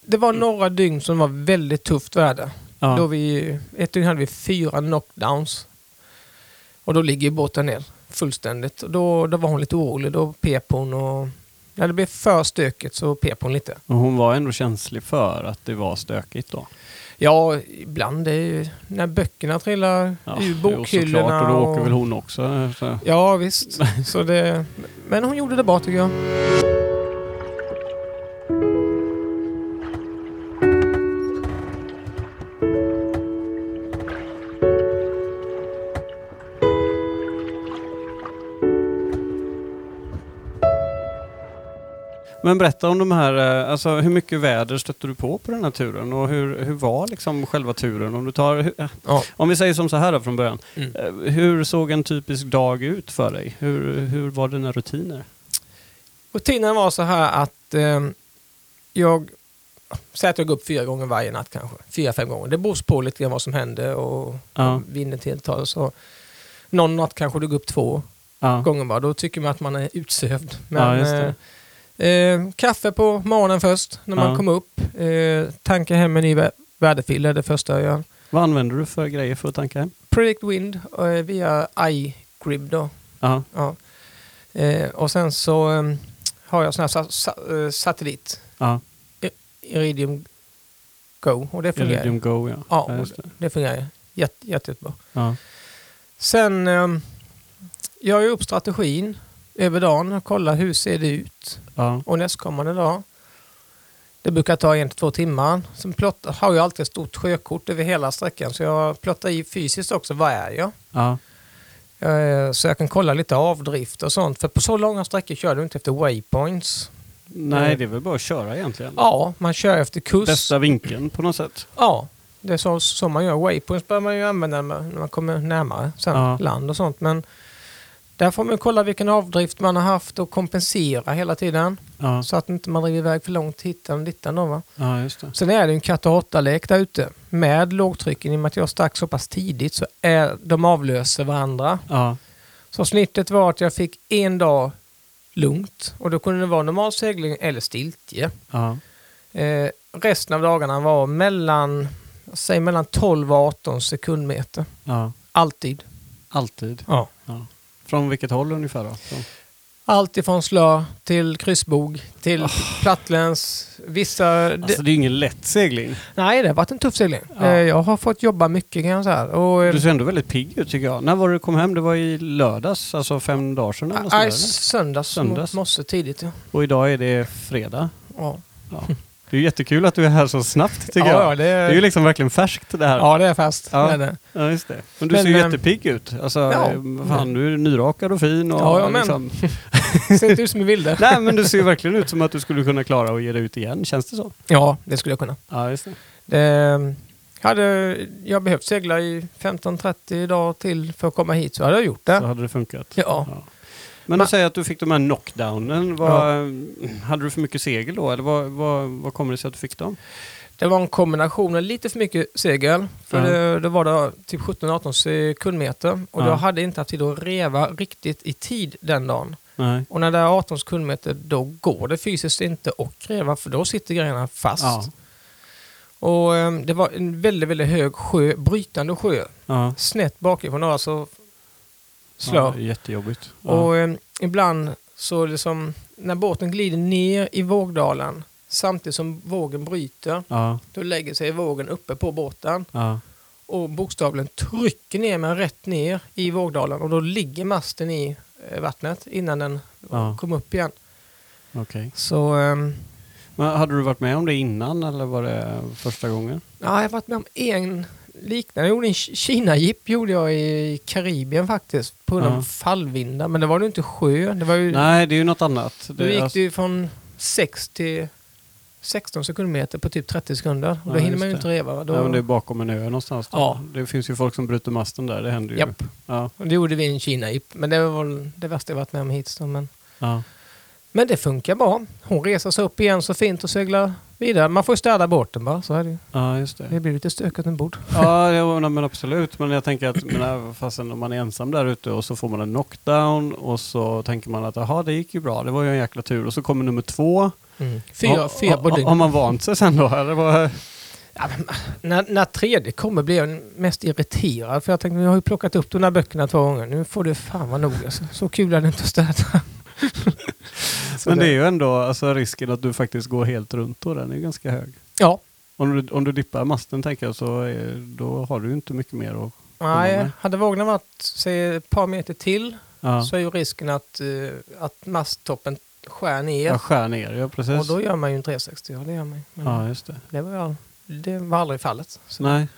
B: det var några dygn som var väldigt tufft väder.
A: Ja.
B: Då vi, ett dygn hade vi fyra knockdowns. Och då ligger ju båten ner fullständigt. Och då, då var hon lite orolig. Då pep hon och... När det blev för stökigt så pep hon lite.
A: Och hon var ändå känslig för att det var stökigt då.
B: Ja, ibland är ju när böckerna trillar ur bokhyllorna.
A: Såklart, och då åker
B: och-
A: väl hon också. Så.
B: Ja, visst. Så det... Men hon gjorde det bra tycker jag.
A: Men berätta om de här, eh, alltså hur mycket väder stötte du på på den här turen och hur, hur var liksom själva turen? Om, du tar, hur, eh,
B: Ja.
A: om vi säger som så här då från början.
B: Mm.
A: Eh, Hur såg en typisk dag ut för dig? Hur, hur var dina rutiner?
B: Rutinen var så här att eh, jag... Säg att jag går upp fyra gånger varje natt kanske. Fyra, fem gånger. Det beror på lite grann vad som hände och
A: Ja,
B: vinden tilltar. Så någon natt kanske du går upp två
A: ja,
B: gånger bara. Då tycker man att man är utsövd.
A: Ja,
B: Men,
A: just det.
B: eh, eh, kaffe på morgonen först när man
A: Ja.
B: kom upp. Eh, tanka hem en ny vä- väderfil är det första jag gör.
A: Vad använder du för grejer för att tanka hem?
B: Predict Wind eh, via iGrib då.
A: Ja,
B: Ja. Eh, och sen så eh, har jag sån här sa- sa- eh, satellit,
A: ja.
B: Iridium Go, och det fungerar.
A: Iridium Go ja.
B: Ja,
A: ja, just det.
B: Det fungerar jätte, jättebra.
A: ja.
B: Sen eh, gör jag upp strategin över dagen och kollar hur ser det ut.
A: ja.
B: Och nästkommande dag, det brukar ta en till två timmar. Sen plottar, har jag alltid ett stort sjökort över hela sträckan så jag plottar i fysiskt också, vad är jag?
A: ja.
B: Eh, Så jag kan kolla lite avdrift och sånt. För på så långa sträckor kör du inte efter waypoints.
A: Nej, det är väl bara att köra egentligen.
B: Ja, man kör efter kurs.
A: Bästa vinkeln på något sätt.
B: Ja, det är så, så man gör. Waypoints bör man ju använda när man, när man kommer närmare sen
A: Ja.
B: land och sånt. Men där får man kolla vilken avdrift man har haft och kompensera hela tiden.
A: Ja,
B: Så att inte man driver iväg för långt hittan och dittan. Då, va?
A: ja just det.
B: Sen är det ju en katt och råtta-lek där ute. Med lågtrycken, i och med att jag stack så pass tidigt så är, de avlöser varandra.
A: Ja,
B: Så snittet var att jag fick en dag lugnt och då kunde det vara normal segling eller stiltje.
A: ja.
B: Eh, resten av dagarna var mellan, säg mellan 12 och 18 sekundmeter.
A: ja.
B: Alltid.
A: Alltid.
B: Ja.
A: Ja. Från vilket håll ungefär då? Från...
B: Allt ifrån slö till kryssbog till plattläns. Vissa...
A: Ah. Alltså
B: det,
A: det är ju ingen lätt segling.
B: nej, det har varit en tuff segling.
A: Ja.
B: Eh, jag har fått jobba mycket kan jag säga. Och, eh,
A: Du ser ändå väldigt pigg ut tycker jag. När var det du kom hem? Det var i lördags, alltså fem dagar sedan eller något sånt
B: nej,
A: där, eller? Söndags.
B: söndags, söndags. morse tidigt. Ja.
A: Och idag är det fredag.
B: Ja.
A: Ja. Det är ju jättekul att du är här så snabbt tycker
B: Mm. ja,
A: jag.
B: ja, det
A: Det är ju
B: är,
A: liksom verkligen färskt det här.
B: ja, det är fast.
A: Ja.
B: Det är det.
A: Ja, just det. Men du
B: Men,
A: ser ju
B: ehm,
A: jättepigg ut. Alltså,
B: ja.
A: eh, fan, du är nyrakad och fin. Och,
B: Ja, ja, men. Ser inte ut som en vilde.
A: Nej, men du ser ju verkligen ut som att du skulle kunna klara att ge dig ut igen. Känns det så?
B: Ja, det skulle jag kunna.
A: Ja, just det.
B: Det, Ehm, hade jag behövt segla i 15-30 dagar till för att komma hit så hade jag gjort
A: Så
B: det.
A: hade det funkat.
B: Ja.
A: Men
B: Ma-
A: du säger att du fick de här knockdownen. Vad, Hade du för mycket segel då? Eller vad, vad, vad kommer det sig att du fick dem?
B: Det var en kombination av lite för mycket segel. För
A: Ja.
B: det, då var det typ 17-18 sekundmeter. Och
A: Ja.
B: jag hade inte haft tid att reva riktigt i tid den dagen.
A: Nej.
B: Och när det är 18 sekundmeter då går det fysiskt inte att reva för då sitter grejerna fast.
A: Ja.
B: Och eh, det var en väldigt, väldigt hög sjö, brytande sjö.
A: Ja.
B: Snett bakifrån då, alltså slö.
A: Ja, det är jättejobbigt. Ja.
B: Och eh, ibland så liksom, när båten glider ner i vågdalen samtidigt som vågen bryter,
A: ja,
B: då lägger sig vågen uppe på båten
A: ja,
B: och bokstavligen trycker ner men rätt ner i vågdalen och då ligger masten i eh, vattnet innan den
A: Ja.
B: kom upp igen.
A: okej.
B: Så eh,
A: Men hade du varit med om det innan eller var det första gången?
B: ja, jag har varit med om en liknande. Jag gjorde en Ki- Kina-jeep gjorde jag i Karibien faktiskt på grund av
A: Ja.
B: fallvindar. Men det var ju inte sjö. Det var ju,
A: Nej, det är ju något annat.
B: Då
A: Det,
B: gick
A: alltså-
B: det ju från 6 till 16 sekundmeter på typ 30 sekunder. Och
A: Ja,
B: då hinner
A: just
B: man ju
A: det.
B: inte reva. va? Då,
A: ja, men det är bakom en ö någonstans. Då.
B: Ja.
A: Det finns ju folk som bryter masten där, det händer ju.
B: Japp.
A: Ja,
B: Och det gjorde vi i en Kina jeep. Men det var väl det värsta jag varit med om hittills. då, Men,
A: ja,
B: men det funkar bra. Hon reser sig upp igen så fint och seglar vidare. Man får ju städa båten bara. Så är det ju.
A: ja just det.
B: Det blir lite stökigt ombord.
A: Ja, jo, nej, men absolut. Men jag tänker att men, äh, fastän om man är ensam där ute och så får man en knockdown och så tänker man att aha, det gick ju bra, det var ju en jäkla tur. Och så kommer nummer två
B: Mm. Fyra,
A: Ha-
B: fyra
A: ha-
B: på dygn.
A: Har man vant sig sen då? Eller vad?
B: Ja, men, när, när tredje kommer blir jag mest irriterad för jag tänkte jag har ju plockat upp de här böckerna två gånger. Nu får du fan vara nog alltså. Så kul är det inte att städa. Så
A: Men det är
B: det-
A: ju ändå alltså, risken att du faktiskt går helt runt då, den är ju ganska hög.
B: Ja,
A: Om du, om du dippar masten tänker jag så är, då har du ju inte mycket mer att...
B: nej.
A: med.
B: Hade vågorna varit säg, ett par meter till
A: Ja,
B: så är ju risken att, eh, att masttoppen skär ner.
A: jag skär ner, ja precis.
B: och då gör man ju en 360. Ja, det gör man. ju. Men
A: Ja, just det.
B: det, var, jag- det var aldrig fallet. Så,
A: Nej,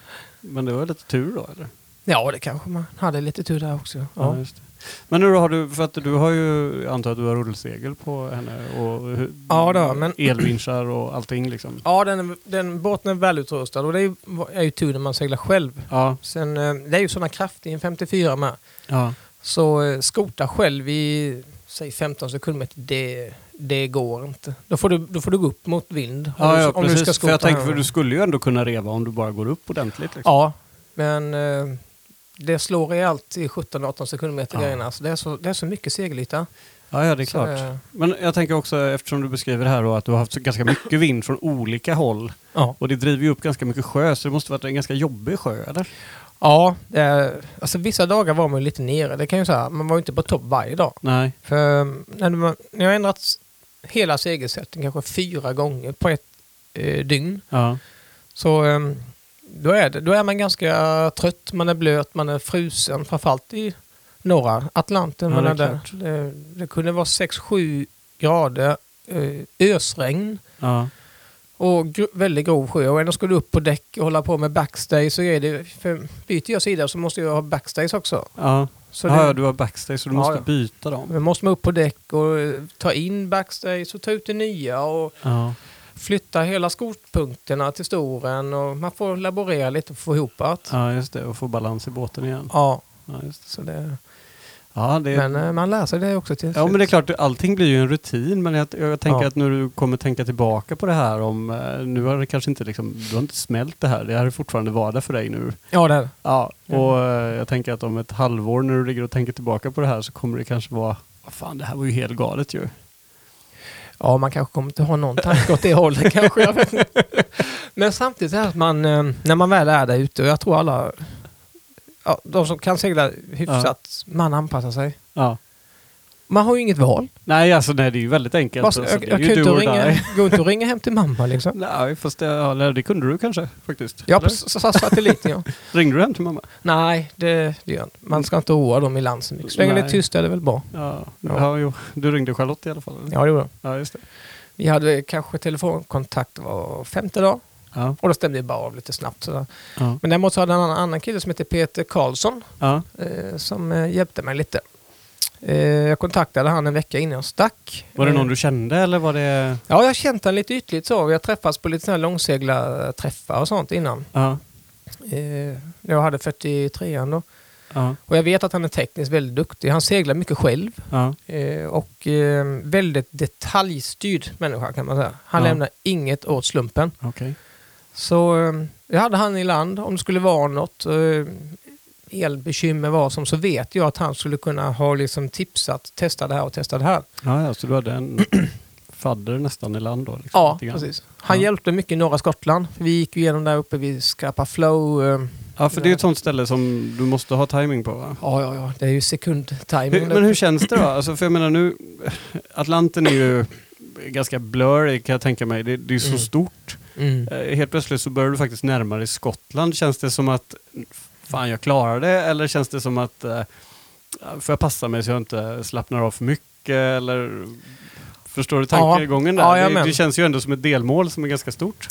A: men det var lite tur då eller?
B: ja, det kanske man hade lite tur där också. Ja.
A: just det. Men nu då har du, för att du har ju, jag antar att du har rullsegel på henne och hur-
B: Ja, det har jag, men-
A: elvinschar och allting liksom.
B: Ja, den, den båten är välutrustad och det är ju, är ju tur när man seglar själv.
A: Ja,
B: Sen, eh, det är ju sådana krafter i en 54 med.
A: ja,
B: Så eh, skota själv i säg 15 sekundmeter, det, det går inte. Då får, du, då får du gå upp mot vind. om
A: ja,
B: du-
A: ja
B: om du
A: precis.
B: ska
A: för jag
B: skota
A: tänkte,
B: här.
A: för du skulle ju ändå kunna reva om du bara går upp ordentligt. Liksom.
B: Ja, men eh, det slår i allt i 17-18 sekundmeter
A: Ja.
B: grejerna. Så det, är så, det är så mycket segelyta.
A: Ja, ja, det är
B: Så,
A: klart.
B: eh,
A: Men jag tänker också, eftersom du beskriver det här då, att du har haft så ganska mycket vind från olika håll.
B: Ja,
A: Och det driver ju upp ganska mycket sjö, så det måste varit en ganska jobbig sjö, eller?
B: ja det är, alltså vissa dagar var man ju lite nere. Det kan ju säga, man var ju inte på topp varje dag.
A: Nej.
B: För eh, när man, när jag har ändrat s- hela segelsätten kanske fyra gånger på ett eh, dygn.
A: Ja.
B: Så eh, då är, det, då är man ganska trött, man är blöt, man är frusen. Framförallt i norra Atlanten.
A: Ja,
B: man
A: det är
B: är där. Det, det kunde vara 6-7 grader, eh, ösregn
A: ja.
B: och gro- väldigt grov sjö. Och ändå ska du upp på däck och hålla på med backstage. Så är det, för byter jag sida så måste jag ha backstage också.
A: Ja.
B: Så
A: ja, ja,
B: det,
A: du har backstage så du
B: Ja,
A: måste
B: ja.
A: byta dem.
B: då måste man upp på däck och eh, ta in backstage och ta ut det nya. Och,
A: Ja.
B: flytta hela skotpunkterna till storen och man får laborera lite och få ihop allt.
A: ja, just det. Och få balans i båten igen.
B: Ja,
A: Ja, just det.
B: så det,
A: Ja, det
B: men eh, man lär sig det också till
A: Ja
B: slut.
A: men det är klart, allting blir ju en rutin men jag, jag tänker
B: Ja.
A: att när du kommer tänka tillbaka på det här om, eh, nu har det kanske inte liksom, du har inte smält det här, det här är fortfarande vardag för dig nu.
B: Ja, det är det.
A: Ja,
B: Ja.
A: och eh, jag tänker att om ett halvår när du ligger och tänker tillbaka på det här så kommer det kanske vara, vad fan det här var ju helt galet ju.
B: ja, man kanske kommer inte ha någon tanke åt det hållet kanske. Jag vet inte. Men samtidigt är det att man, eh, när man väl är där ute, och jag tror alla, ja, de som kan segla hyfsat, man anpassar sig.
A: Ja.
B: Man har ju inget val.
A: Nej alltså nej det är ju väldigt enkelt.
B: Alltså,
A: alltså,
B: jag
A: det
B: jag
A: är
B: kan
A: ju
B: ju inte
A: do or
B: ringa,
A: die.
B: gå inte och ringa hem till mamma liksom.
A: Nej fast det, ja, nej, det kunde du kanske faktiskt.
B: Ja,
A: Eller?
B: på s- s- satelliten ja.
A: Ringde du hem till mamma?
B: Nej, det, det gör jag inte. Man ska inte oroa dem i land så mycket. Så länge det är
A: Nej.
B: tyst är det väl bra.
A: Ja, ja.
B: Ja.
A: jo. du ringde Charlotte i alla fall? eller?
B: Ja, det gjorde de.
A: ja just det.
B: Vi hade kanske telefonkontakt var femte dag.
A: Ja.
B: Och då stämde det bara av lite snabbt. Sådär.
A: Ja.
B: Men däremot så hade jag en annan- annan kille som heter Peter Karlsson
A: Ja.
B: eh, som eh, hjälpte mig lite. Eh, jag kontaktade han en vecka innan jag stack.
A: Var det
B: Eh,
A: någon du kände eller var det?
B: Ja, jag har känt honom lite ytligt så. Vi har träffats på lite sådana här långseglarträffar och sånt innan.
A: Ja.
B: Eh, när jag hade 43an då.
A: Ja.
B: Och jag vet att han är tekniskt väldigt duktig. Han seglar mycket själv.
A: Ja.
B: Eh, och eh, väldigt detaljstyrd människa kan man säga. Han
A: Ja.
B: lämnar inget åt slumpen.
A: Okej.
B: Så eh, jag hade han i land om det skulle vara något eh, elbekymmer var som så vet jag att han skulle kunna ha liksom tipsat testa det här och testa det här.
A: Ja, ja, så du hade en fadder nästan i land då? Liksom,
B: Ja,
A: lite grann.
B: precis. Han
A: Ja.
B: hjälpte mycket i norra Skottland. Vi gick ju igenom där uppe vid Scarpa Flow. eh,
A: Ja, för det är ett sånt ställe som du måste ha timing på va?
B: Ja, ja, ja, det är ju sekundtiming.
A: Hur, men hur känns det då? Alltså, för jag menar nu, Atlanten är ju ganska blurrig kan jag tänka mig. Det, det är så
B: Mm.
A: stort.
B: Mm.
A: Eh, Helt plötsligt så börjar du faktiskt närma dig Skottland. Känns det som att fan jag klarar det? Eller känns det som att eh, får jag passa mig så jag inte slappnar av för mycket? Eller förstår du tankegången
B: Ja,
A: där? det,
B: jajamän.
A: det känns ju ändå som ett delmål som är ganska stort.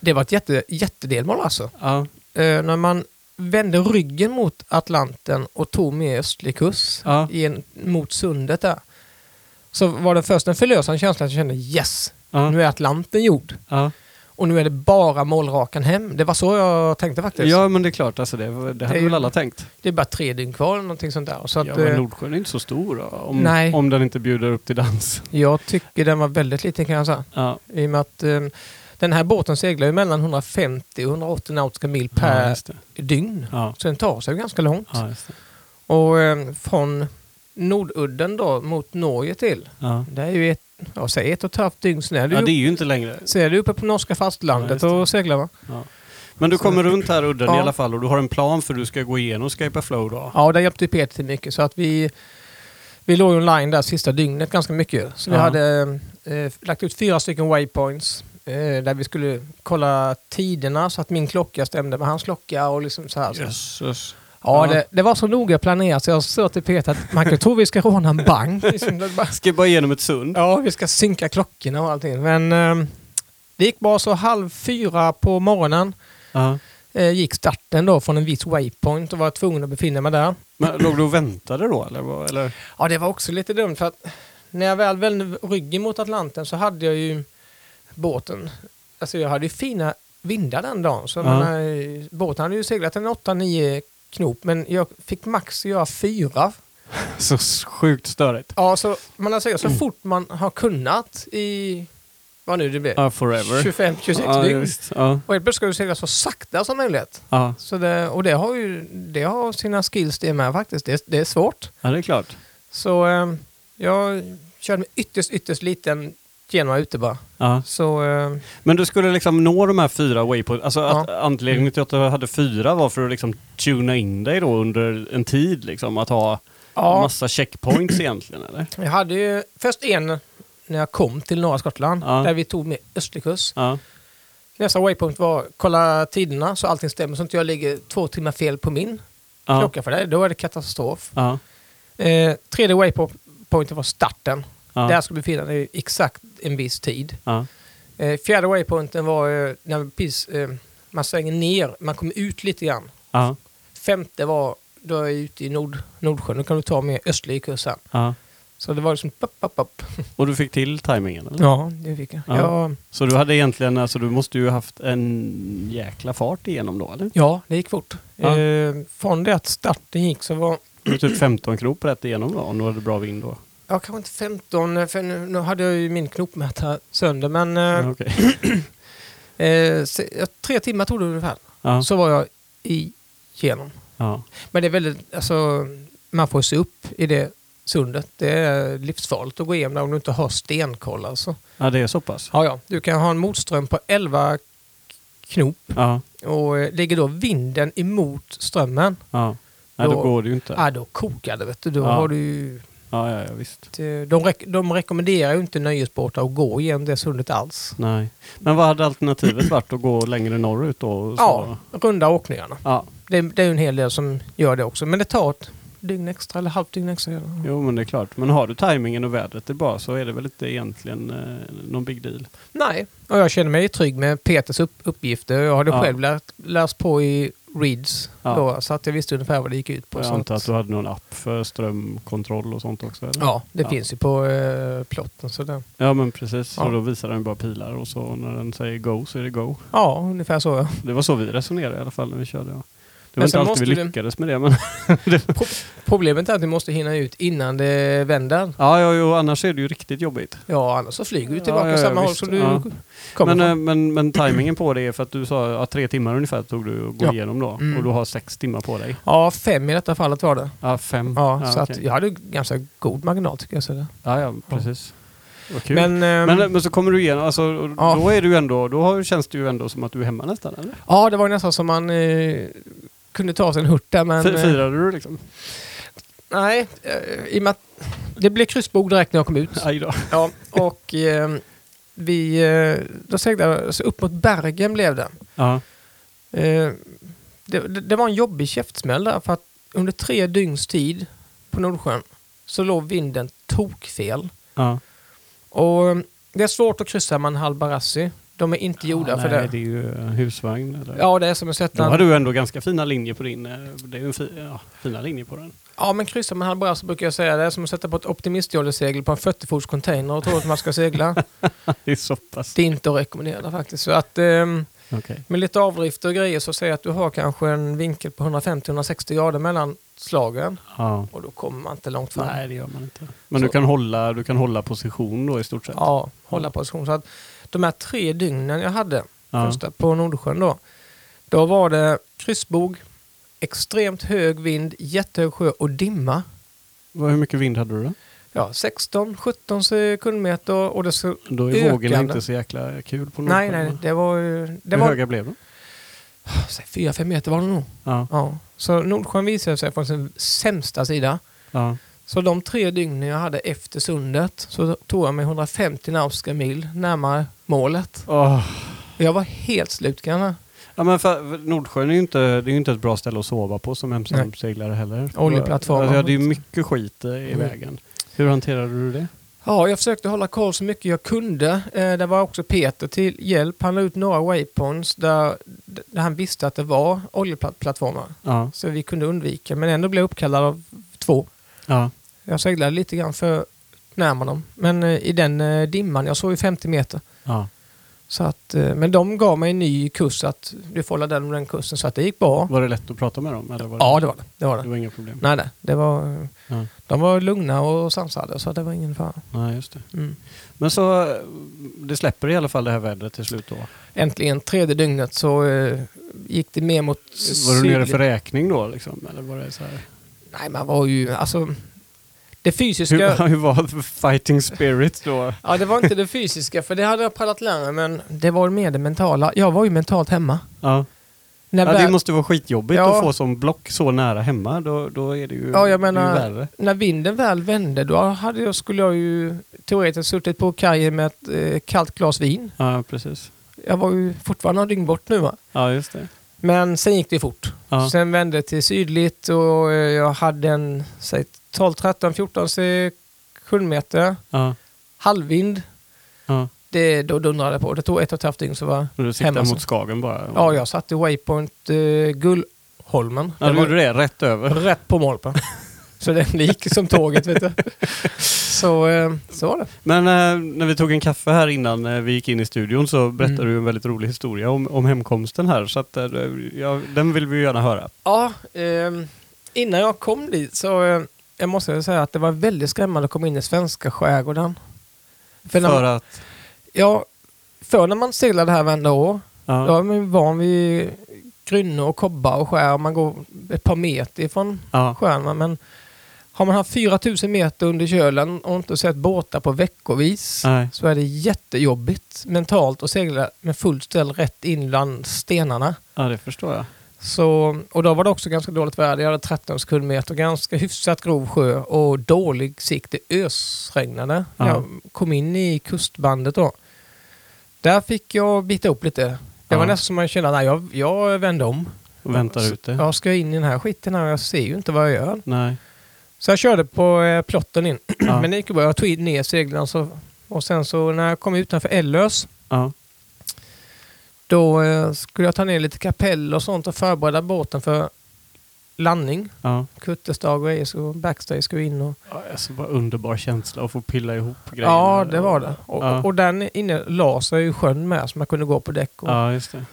B: Det var ett jätte, jättedelmål alltså.
A: Ja.
B: Eh, när man vände ryggen mot Atlanten och tog med östlig kurs
A: Ja.
B: igen, mot sundet där. Så var det först en förlösande känsla att jag kände yes,
A: Ja.
B: nu är Atlanten gjord.
A: Ja.
B: Och nu är det bara målrakan hem. Det var så jag tänkte faktiskt.
A: ja, men det är klart. Alltså det, det hade
B: ju-
A: väl alla tänkt.
B: Det är bara tre dygn kvar eller någonting sånt där. Så att,
A: Ja,
B: eh,
A: men Nordsjön är inte så stor om,
B: Nej.
A: om den inte bjuder upp till dans.
B: jag tycker den var väldigt liten kan jag säga.
A: Ja,
B: I och med att eh, den här båten seglar ju mellan 150 och 180 nautiska mil
A: ja,
B: per
A: just det.
B: dygn.
A: Ja.
B: Så den tar sig ju ganska långt.
A: Ja, just det.
B: Och eh, från Nordudden då mot Norge till.
A: Ja.
B: Det är ju ett ja, säg ett och ett halvt dygn. Sen är du,
A: Ja, det är
B: upp,
A: ju inte längre.
B: sen är du uppe på norska
A: Ja,
B: fastlandet
A: just det.
B: och seglar va?
A: Men du kommer runt här udden i
B: Ja.
A: alla fall och du har en plan för hur du ska gå igenom Skype Flow då?
B: Ja, där hjälpte ju Peter till mycket. Så att vi, vi låg online där sista dygnet ganska mycket. Så vi
A: Ja.
B: hade eh, lagt ut fyra stycken waypoints eh, där vi skulle kolla tiderna så att min klocka stämde med hans klocka. Och liksom så här. Så-
A: Jösses.
B: Ja,
A: Ja.
B: Det, det var så noga planerat så jag sa till Peter att man kan tro vi ska råna en bank. Liksom, det bara-
A: Ska bara igenom ett sund.
B: ja, vi ska synka klockorna och allting. Men eh, det gick bara så halv fyra på morgonen
A: Ja.
B: eh, gick starten då från en viss waypoint och var tvungen att befinna mig där.
A: Men låg du och väntade då eller? vad- eller?
B: Ja, det var också lite dumt för att när jag väl vände ryggen mot Atlanten så hade jag ju båten. Alltså jag hade ju fina vindar den dagen. Så
A: Ja.
B: man, eh, båten hade ju seglat en 8-9 knop men jag fick max göra fyra.
A: Så sjukt störigt.
B: Ja, så man har seglat så
A: Mm.
B: fort man har kunnat i, vad nu det blir,
A: Ja, forever.
B: 25-26
A: ja,
B: dygn.
A: visst. Ja.
B: Och helt plötsligt ska du segla så sakta som möjligt.
A: Ja.
B: Så det, och det har ju det har sina skills det med faktiskt. Det, det är svårt.
A: ja, det är klart.
B: Så eh, jag körde med ytterst, ytterst liten genom ute bara.
A: Ja.
B: Så eh,
A: Men du skulle liksom nå de här fyra waypoints. Alltså att
B: Ja.
A: anledningen till att du hade fyra var för att liksom tuna in dig då under en tid liksom. Att ha
B: ja,
A: massa checkpoints egentligen eller?
B: jag hade ju först en när jag kom till norra Skottland
A: Ja.
B: där vi tog med östlig kurs.
A: Ja.
B: Nästa waypoint var kolla tiderna så allting stämmer så inte jag ligger två timmar fel på min
A: Ja.
B: klocka för det. Då är det katastrof.
A: Ja.
B: Eh, tredje waypointen var starten.
A: Ja.
B: Där ska vi befinna dig exakt en viss tid.
A: Ja.
B: Eh, fjärde waypointen var eh, när vi precis, eh, man svänger ner, man kommer ut lite grann.
A: Ja.
B: Femte var, då är jag ute i nord, Nordsjön, då kan du ta med östlig kurs sen.
A: ja.
B: Så det var liksom pop, pop, pop.
A: Och du fick till tajmingen eller?
B: Ja, det fick jag.
A: Ja.
B: Ja.
A: Så du hade egentligen, alltså du måste ju haft en jäkla fart igenom då eller?
B: ja, det gick fort.
A: Ja.
B: Eh, från det att starten gick så var,
A: Du var typ 15 knop rätt igenom då om du hade bra vind då?
B: ja kanske inte 15, för nu, nu hade jag ju min knopmätare sönder, men
A: Ja,
B: eh,
A: okej.
B: eh, se- ja, tre timmar tog det ungefär.
A: Ja.
B: Så var jag igenom.
A: Ja.
B: Men det är väldigt, alltså, man får se upp i det sundet. Det är livsfarligt att gå igenom där om du inte har stenkoll alltså.
A: ja, det är så pass?
B: Ja, ja. Du kan ha en motström på 11 knop
A: Ja.
B: och eh, ligger då vinden emot strömmen,
A: Ja. Nej, då
B: Då-
A: går det ju inte.
B: ja. då kokar det vet du. Då
A: Ja.
B: har du ju-
A: Ja, ja, ja visst.
B: de, rek- de rekommenderar ju inte nöjesbåtar att gå igenom det sundet alls.
A: Nej. Men vad hade alternativet varit att gå längre norrut då? och Så?
B: Ja, runda åkningarna.
A: ja.
B: Det, det är ju en hel del som gör det också. Men det tar ett dygn extra eller halvt dygn extra.
A: Jo, men det är klart. Men har du tajmingen och vädret det är bra så är det väl inte egentligen eh, någon big deal.
B: Nej, och jag känner mig trygg med Peters upp, uppgifter. Jag hade
A: Ja.
B: själv lärt, läst på i Reads
A: Ja.
B: då, så att jag visste ungefär vad det gick ut på.
A: Jag
B: så
A: antar att du hade någon app för strömkontroll och sånt också? Eller?
B: Ja, det
A: Ja.
B: finns ju på eh, plotten. Så det,
A: ja, men precis.
B: Ja.
A: Och då visar den bara pilar och så när den säger go så är det go.
B: ja, ungefär så. ja.
A: Det var så vi resonerade i alla fall när vi körde. Ja. Det var
B: Men
A: inte
B: sen
A: alltid vi
B: måste du-
A: lyckades med det. Men
B: Problemet är att du måste hinna ut innan det vänder.
A: ja, ja, jo, annars är det ju riktigt jobbigt.
B: Ja, annars så flyger du tillbaka
A: Ja, ja, ja,
B: samma håll
A: visst.
B: som du
A: Ja.
B: kommer
A: Men, eh,
B: från.
A: men, men tajmingen på det är för att du sa att ja, tre timmar ungefär tog du att gå
B: Ja.
A: igenom då.
B: Mm.
A: Och du har sex timmar på dig.
B: Ja, fem i detta fallet var det.
A: Ja, fem.
B: Ja, så att
A: okej.
B: jag hade ganska god marginal tycker jag. Så det.
A: ja, ja precis. Vad kul.
B: Men, ehm,
A: Men, eh, men så kommer du igenom, alltså, och
B: Ja.
A: då, är du ju ändå, då har- känns det ju ändå som att du är hemma nästan eller?
B: ja, det var ju nästan som man eh, kunde ta sig en hurt där. Men,
A: Fi-
B: eh,
A: Firade du liksom?
B: Nej, eh, i och med att det blev kryssbog direkt när jag kom ut.
A: Aj då.
B: Ja, och eh, vi, eh, då seglade jag, så upp mot Bergen blev det.
A: Ja.
B: Eh, det, det. Det var en jobbig käftsmäll där för att under tre dygns tid på Nordsjön så låg vinden tokfel.
A: ja.
B: Och eh, det är svårt att kryssa med en halv barassi. De är inte gjorda
A: nej,
B: för det.
A: det är ju eh, husvagn eller?
B: Ja, det är som att
A: Då
B: sätta...
A: har
B: en-
A: du ändå ganska fina linjer på din, eh, det är ju en fi, ja, fina linjer på den.
B: Ja, men kryssa med en halv barassi brukar jag säga. Det är som att sätta på ett optimistjollesegel på en 40-fots container och tro att man ska segla.
A: Det är så pass.
B: Det är inte att rekommendera faktiskt. Så att, ehm,
A: Okej.
B: med lite avdrifter och grejer så säger jag att du har kanske en vinkel på 150-160 grader mellan slagen.
A: Ja.
B: Och då kommer man inte långt fram.
A: Nej, det gör man inte. Men
B: Så-
A: du kan, hålla, du kan hålla position då i stort sett?
B: Ja, hålla position. Så att de här tre dygnen jag hade
A: Ja.
B: första på Nordsjön då. Då var det kryssbog, extremt hög vind, jättehög sjö och dimma.
A: Vad- Hur mycket vind hade du då?
B: ja, 16-17 sekundmeter och det så...
A: Då är
B: Ökande.
A: vågorna inte så jäkla kul på något
B: Nej,
A: sätt,
B: nej,
A: va?
B: det var ju...
A: Hur
B: Det var
A: höga blev de?
B: säg 4-5 meter var det nog.
A: Ja,
B: Ja. Så Nordsjön visade sig från sin sämsta sida.
A: ja.
B: Så de tre dygnen jag hade efter sundet så tog jag mig 150 nautiska mil närmare målet.
A: Åh.
B: Jag var helt slut kan jag.
A: Ja, men för, för Nordsjön är ju inte, det är ju inte ett bra ställe att sova på som ensamseglare heller.
B: Oljeplattformar.
A: Alltså, ja, det är ju mycket skit eh, i
B: Mm.
A: vägen. Hur hanterade du det?
B: Ja, jag försökte hålla koll så mycket jag kunde. Eh, det var också Peter till hjälp. Han la ut några waypoints där, där han visste att det var oljeplattformar.
A: Ja.
B: Så vi kunde undvika, men ändå blev jag uppkallad av två.
A: ja.
B: Jag seglade lite grann för närmare dem. Men eh, i den eh, dimman, jag såg ju 50 meter.
A: ja.
B: Så att, eh, men de gav mig en ny kurs att du får hålla den och den kursen. Så att det gick bra.
A: Var det lätt att prata med dem? Eller var det,
B: Ja, det var det. det, var
A: Det
B: det.
A: var inga problem?
B: Nej, nej, det var,
A: Ja.
B: de var lugna och sansade så det var ingen fara.
A: Nej, just det.
B: Mm.
A: Men så, eh, det släpper i alla fall det här vädret till slut då?
B: Äntligen, tredje dygnet, så eh, gick det mer mot
A: Var du nere
B: sydligt.
A: för räkning då? Liksom? Eller var det så här?
B: Nej, man var ju... Alltså, det fysiska...
A: Hur, hur var fighting spirit då?
B: ja, det var inte det fysiska, för det hade jag pallat längre, men det var mer det mentala. Jag var ju mentalt hemma.
A: Ja.
B: När
A: Ja, det
B: vä-
A: måste vara skitjobbigt
B: Ja.
A: att få som block så nära hemma. Då, då är det ju,
B: Ja, jag
A: det är
B: menar-
A: ju värre.
B: När vinden väl vände, då hade jag, skulle jag ju teoretiskt suttit på kajen med ett eh, kallt glas vin.
A: Ja, precis.
B: Jag var ju fortfarande några dygn bort nu va.
A: Ja, just det.
B: Men sen gick det fort.
A: Ja.
B: Sen vände det till sydligt och eh, jag hade en, säg 12, 13, 14 sekundmeter.
A: Ja,
B: Halvvind.
A: ja.
B: Det, då dundrade det på. Det tog ett och ett halvt dygn så var...
A: Och du
B: Hemma
A: siktar
B: så.
A: mot Skagen bara?
B: Ja, jag satt i Waypoint eh, Gullholmen.
A: Ja,
B: Det
A: du
B: var
A: gjorde det rätt över.
B: Rätt på Molpen. så den gick som tåget vet du. Så, eh, så var det.
A: Men eh, när vi tog en kaffe här innan eh, vi gick in i studion så berättade
B: Mm.
A: du en väldigt rolig historia om, om hemkomsten här. Så att, eh, ja, den vill vi ju gärna höra.
B: Ja, ehm, innan jag kom dit så eh, jag måste säga att det var väldigt skrämmande att komma in i svenska skärgården. För, när
A: För
B: man,
A: att...
B: ja, för när man seglade här varenda år,
A: Ja,
B: då är man ju van vid grynnor och kobbar och skär och man går ett par meter ifrån
A: ja.
B: sjön. va, Men har man haft 4000 meter under kölen och inte sett båtar på veckovis
A: Nej.
B: så är det jättejobbigt mentalt att segla med fullt ställ rätt inland stenarna.
A: ja, det förstår jag.
B: Så, och då var det också ganska dåligt väder. Jag hade 13 sekundmeter, ganska hyfsat grov sjö och dålig sikt. Det ösregnade.
A: Ja.
B: Jag kom in i kustbandet då. Där fick jag bita upp lite. Det var
A: Ja.
B: nästan som man kände, nej jag, jag vände om.
A: Och väntar ute.
B: Jag ska in i den här skiten här och jag ser ju inte vad jag gör.
A: Nej.
B: Så jag körde på eh, plotten in.
A: Ja.
B: Men det gick ju bra. Jag tog in ner seglen så, och sen så när jag kom utanför Ellös
A: Ja.
B: då eh, skulle jag ta ner lite kapell och sånt och förbereda båten för landning.
A: Ja.
B: Kutterstag och is och backstage skulle in. Och,
A: Ja, alltså bara underbar känsla att få pilla ihop grejerna.
B: ja, det var det. Och,
A: Ja.
B: och den inne la sig ju sjön med så man kunde gå på däck. Och,
A: Ja, just det.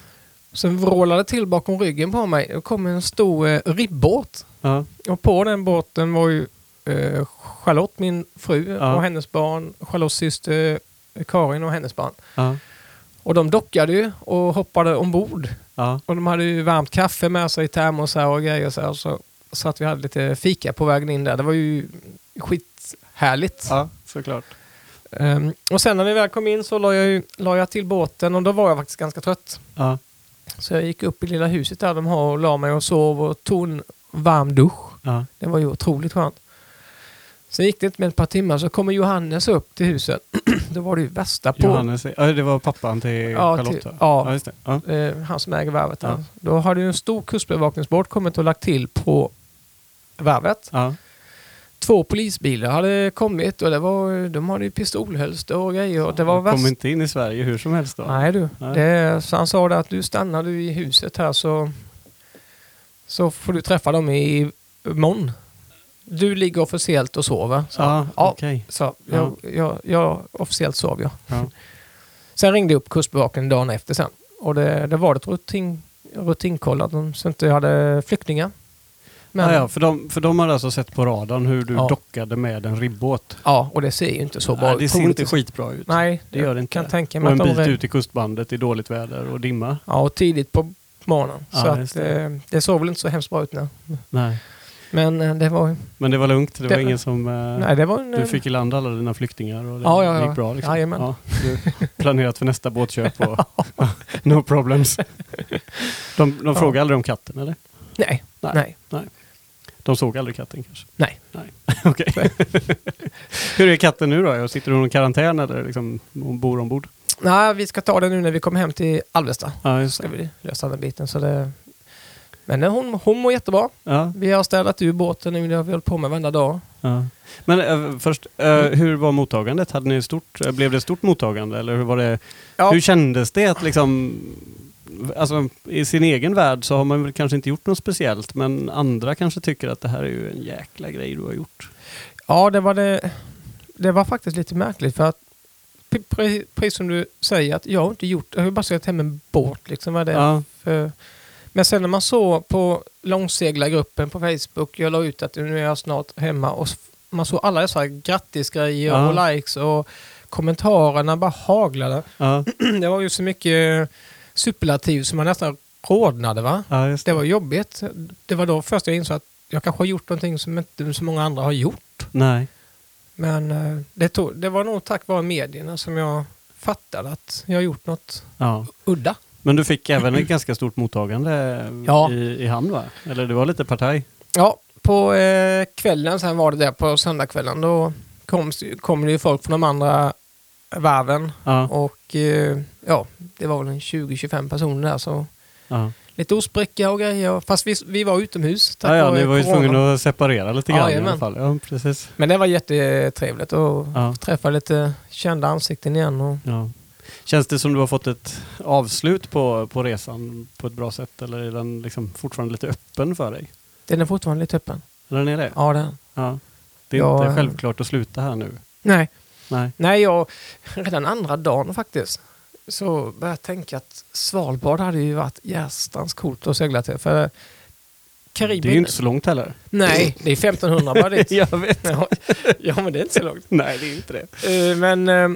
B: Sen vrålade det till bakom ryggen på mig. Det kom en stor eh, ribbåt.
A: Ja,
B: Och på den båten var ju eh, Charlotte, min fru,
A: Ja.
B: och hennes barn. Charlottes syster eh, Karin och hennes barn.
A: ja,
B: Och de dockade ju och hoppade ombord.
A: ja.
B: Och de hade ju varmt kaffe med sig i termosar och grejer så här. Så, så att vi hade lite fika på vägen in där. Det var ju skithärligt.
A: ja såklart.
B: Ehm, och sen när vi väl kom in så la jag, ju, la jag till båten och då var jag faktiskt ganska trött.
A: Ja,
B: Så jag gick upp i lilla huset där de har och la mig och sov och tog en varm dusch.
A: ja,
B: Det var ju otroligt skönt. Sen gick det inte med ett par timmar så kommer Johannes upp till huset. då var det ju värsta på.
A: Johannes, ja, det var pappan till
B: Ja,
A: Charlotte?
B: till-
A: va?
B: ja.
A: ja, just det. Ja.
B: eh, han som äger varvet.
A: Ja.
B: där. Då hade ju en stor kustbevakningsbåt kommit och lagt till på varvet.
A: Ja.
B: Två polisbilar hade kommit och det var, de hade ju pistolhölster och grejer. Och det var
A: Han kom
B: värst.
A: inte in i Sverige hur som helst då?
B: Nej du,
A: Nej.
B: Det, så han sa det att du stannar du i huset här så, så får du träffa dem i morgon. Du ligger officiellt och sover. Så,
A: Ja,
B: Ja.
A: okej.
B: så jag, jag, jag, officiellt sov jag.
A: Ja.
B: Sen ringde jag upp Kustbevakningen dagen efter sen. Och det, det var det ett rutin, rutinkoll att de så inte jag hade flyktingar. Men,
A: Ja, Ah, ja, för, de, för de hade alltså sett på radarn hur du
B: Ja.
A: dockade med en ribbåt.
B: ja, och det ser ju inte så bra
A: Nej, det ser inte
B: Troligtvis-
A: skitbra ut.
B: Nej,
A: det gör det inte.
B: kan tänka
A: och
B: mig
A: en
B: att de...
A: bit
B: red-
A: ut i kustbandet i dåligt väder och dimma.
B: Ja, och tidigt på morgonen.
A: Ja,
B: så
A: just
B: att,
A: det.
B: eh, det såg väl inte så hemskt bra ut nu.
A: Nej.
B: Men eh, det var,
A: Men det var lugnt, det var
B: Det-
A: ingen som... eh,
B: nej, det var en,
A: Du fick i land alla dina flyktingar och det
B: Ja, ja, ja.
A: gick bra? Liksom.
B: Jajamän.
A: du planerat för nästa båtköp och no problems. De, de frågade aldrig om katten eller?
B: nej,
A: Nej.
B: nej.
A: De såg aldrig katten kanske?
B: Nej.
A: Nej. Okej. Hur är katten nu då? Sitter hon i karantän eller liksom, hon bor ombord?
B: Nej, vi ska ta det nu när vi kommer hem till Alvesta.
A: Ja, just
B: Ska
A: det.
B: vi lösa den biten. Så det... Men eh, hon, hon mår jättebra.
A: Ja,
B: Vi har städat ur båten nu, det har vi hållit på med varenda dag.
A: ja. Men eh, först, eh, hur var mottagandet? Hade ni stort, eh, blev det stort mottagande? Eller hur, var det,
B: Ja,
A: hur kändes det att liksom... Alltså, I sin egen värld så har man väl kanske inte gjort något speciellt, men andra kanske tycker att det här är ju en jäkla grej du har gjort.
B: ja det, var det, det var faktiskt lite märkligt för att pre- pre- precis som du säger att jag har inte gjort, jag har ju bara seglat hem en båt liksom. Vad är det
A: Ja,
B: för, men sen när man såg på långseglargruppen på Facebook, jag la ut att nu är jag snart hemma och s- man såg alla dessa grattisgrejer
A: Ja.
B: och likes och kommentarerna bara haglade.
A: ja,
B: Det var ju så mycket superlativ som man nästan rodnade va?
A: ja just
B: Det
A: det.
B: var jobbigt. Det var då först jag insåg att jag kanske har gjort någonting som inte så många andra har gjort.
A: Nej.
B: Men eh, det, tog, det var nog tack vare medierna som jag fattade att jag har gjort något
A: Ja.
B: udda.
A: Men du fick även ett ganska stort mottagande eh,
B: Ja.
A: i, i hamn va? Eller det var lite partaj?
B: Ja, på eh, kvällen sen var det där på söndagskvällen. Då kom, kom det ju folk från de andra varven.
A: Ja.
B: Och eh, ja, det var väl en 20-25 personer där. Så
A: ja.
B: lite ostbricka och grejer. Fast vi, vi var utomhus. tack
A: ja, ja
B: vare
A: ni var ju
B: corona.
A: tvungna att separera lite
B: Ja,
A: grann i alla
B: jajamän.
A: fall. Ja, precis.
B: Men det var jättetrevligt att
A: Ja.
B: träffa lite kända ansikten igen. Och,
A: Ja. Känns det som du har fått ett avslut på, på resan på ett bra sätt? Eller är den liksom fortfarande lite öppen för dig?
B: Den är fortfarande lite öppen.
A: Eller den är det?
B: Ja, den.
A: Ja. Det är
B: Ja,
A: inte
B: eh.
A: självklart att sluta här nu.
B: Nej,
A: Nej.
B: nej jag, redan andra dagen faktiskt så började jag tänka att Svalbard hade ju varit jästans coolt att segla till. För Karibien...
A: Det är ju inte så långt heller.
B: Nej, det är 1500 bara dit.
A: Jag vet.
B: Ja, ja, men det är inte så långt.
A: Nej, det är inte det.
B: Eh, Men eh,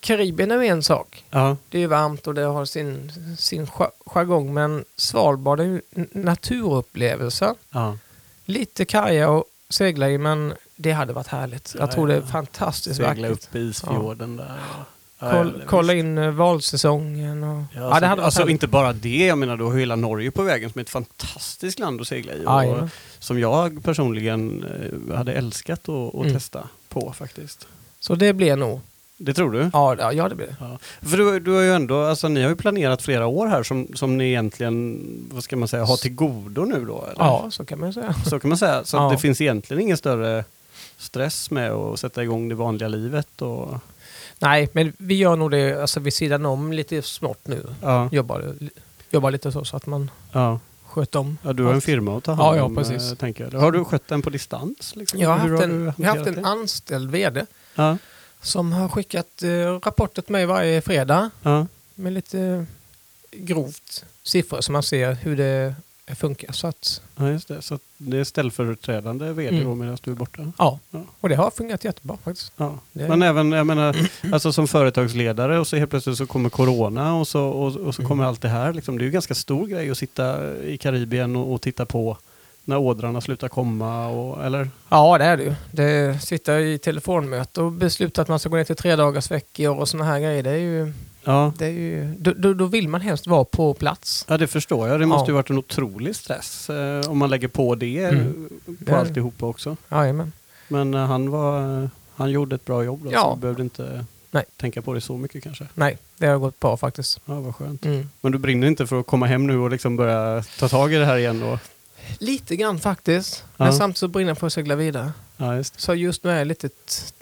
B: Karibien är ju en sak.
A: Ja,
B: Det är ju varmt och det har sin, sin jar- jargong. Men Svalbard är ju n- naturupplevelser.
A: ja.
B: Lite kaja och segla i, men det hade varit härligt. Jag
A: Ja,
B: tror det är
A: ja.
B: fantastiskt
A: segla
B: vackert.
A: upp i isfjorden där. Ja, ja,
B: Koll,
A: det-
B: kolla in eh, valsäsongen och...
A: Ja,
B: Ja, det hade varit
A: alltså
B: härligt.
A: inte bara det, jag menar du har ju hela Norge på vägen som är ett fantastiskt land att segla i.
B: Ah, Ja,
A: och
B: jajamän.
A: som jag personligen eh, hade älskat att, att
B: Mm.
A: testa på faktiskt.
B: Så det blir nog...
A: Det tror du?
B: Ja, ja, ja det blir det.
A: Ja. För du, du har ju ändå, alltså ni har ju planerat flera år här som, som ni egentligen, vad ska man säga, har till godo nu då? Eller?
B: Ja, så kan man ju säga.
A: Så kan man säga. Så
B: Ja.
A: det finns egentligen ingen större stress med att sätta igång det vanliga livet och...
B: Nej, men vi gör nog det alltså, vid sidan om lite smått nu.
A: Ja,
B: Jobbar, jobbar lite så, så att man
A: ja.
B: sköter om.
A: ja du har en
B: allt.
A: firma att ta
B: Ja,
A: hand
B: ja,
A: om,
B: precis.
A: eh, tänker jag. Har du skött den på distans? Liksom?
B: Jag har
A: Hur
B: haft
A: du
B: en, jag har haft
A: hanterat
B: en
A: det?
B: anställd vd
A: Ja,
B: som har skickat eh, rapporter till mig varje fredag
A: ja.
B: med lite eh, grovt siffror så man ser hur det funkar. Så att,
A: Ja, just det. Så att det är ställföreträdande vd
B: Mm.
A: då medan du är borta.
B: ja.
A: Ja.
B: Och det har fungerat jättebra faktiskt.
A: Ja.
B: Det-
A: Men även, jag menar, alltså som företagsledare och så helt plötsligt så kommer corona och så, och, och så
B: Mm.
A: kommer allt det här. Liksom. Det är ju ganska stor grej att sitta i Karibien och, och titta på när ådrarna slutar komma och, eller?
B: Ja, det är det ju. Det sitta i telefonmöte och besluta att man ska gå ner till tre dagars veckor och sådana här grejer. Det är ju,
A: Ja.
B: det är ju, då, då, då vill man helst vara på plats.
A: ja, det förstår jag. Det måste
B: Ja.
A: ju varit en otrolig stress eh, om man lägger på det eh,
B: Mm.
A: på
B: Det-
A: alltihopa också.
B: Jajamän.
A: Men eh, han, var, eh, han gjorde ett bra jobb då,
B: Ja.
A: så du behövde inte
B: Nej.
A: tänka på det så mycket kanske.
B: Nej, det har gått bra faktiskt.
A: Ja, vad skönt.
B: Mm.
A: Men du brinner inte för att komma hem nu och liksom börja ta tag i det här igen då?
B: Lite grann faktiskt.
A: Ja.
B: Men samtidigt så brinner jag för att segla vidare.
A: Ja, just
B: Så just nu är jag lite t-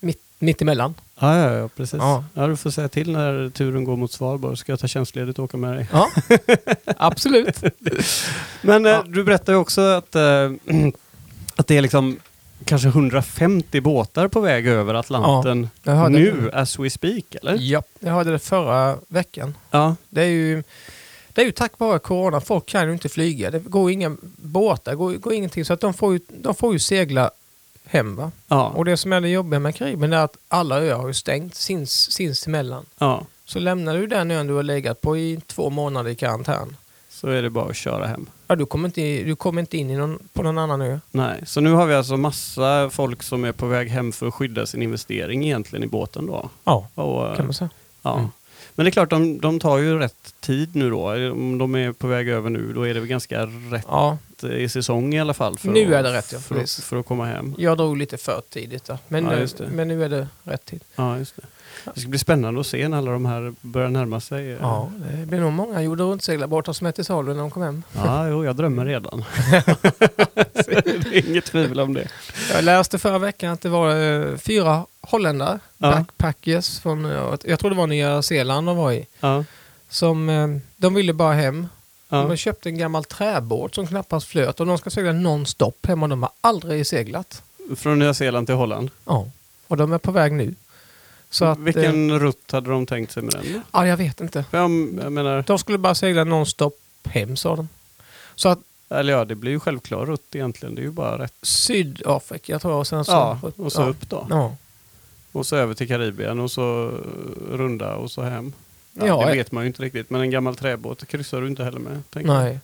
B: mitt, mitt emellan.
A: Ja, ja, ja precis. Ja.
B: Ja.
A: du får säga till när turen går mot Svalbard så ska jag ta tjänstledigt och åka med dig.
B: Ja, absolut.
A: Men eh,
B: Ja.
A: du berättade ju också att, eh, att det är liksom kanske 150 båtar på väg över Atlanten
B: Jag hörde
A: nu, as we speak, eller?
B: Ja, jag hörde det förra veckan.
A: Ja,
B: Det är ju, det är ju tack vare corona. Folk kan ju inte flyga. Det går inga båtar, går, går ingenting. Så att de, får ju, de får ju segla hem. Va?
A: ja,
B: Och det som är det jobbiga med Karibien är att alla öar har ju stängt sins, sinsemellan.
A: ja.
B: Så lämnar du den ön du har legat på i två månader i karantän.
A: så är det bara att köra hem.
B: Ja, du kommer inte, du kommer inte in i någon, på någon annan ö.
A: Nej, så nu har vi alltså massa folk som är på väg hem för att skydda sin investering egentligen i båten då.
B: Ja,
A: Och, eh,
B: kan man säga.
A: ja.
B: Mm.
A: Men det är klart, de, de tar ju rätt tid nu då. Om de är på väg över nu, då är det väl ganska rätt
B: Ja,
A: eh, i säsong i alla fall. För
B: Nu
A: att,
B: är det rätt, ja,
A: för, att-
B: precis.
A: för att komma hem.
B: jag drog lite för tidigt där. Men,
A: Ja,
B: nu-
A: just det.
B: men nu är det rätt tid.
A: Ja, just det. det ska bli spännande att se när alla de här börjar närma sig. eh.
B: Ja, det blir nog många jord och runtseglarbortar som är till salu när de kom hem.
A: Ja, jo, jag drömmer redan. det är inget tvivel om det.
B: Jag läste förra veckan att det var eh, fyra holländare,
A: Ja.
B: backpackers, från, eh, jag tror det var Nya Zeeland de var i,
A: Ja,
B: som eh, de ville bara hem. De
A: ja.
B: köpte en gammal träbåt som knappast flöt och de ska segla nonstop hem och de har aldrig seglat.
A: Från Nya Zeeland till Holland.
B: Ja. Och de är på väg nu. Så att, Eh,
A: Vilken rutt hade de tänkt sig med den?
B: ja, jag vet inte.
A: För jag, jag menar,
B: De skulle bara segla nonstop hem sa de. Så att
A: eller ja, det blir ju självklar rutt egentligen. Det är ju bara rätt.
B: Sydafrika jag tror jag och sen så...
A: Ja, och så
B: ja.
A: upp då.
B: Ja.
A: Och så över till Karibien och så eh, runda och så hem. Ja,
B: Ja,
A: det
B: eh.
A: vet man ju inte riktigt, men en gammal träbåt kryssar du inte heller med. tänker jag.
B: Nej.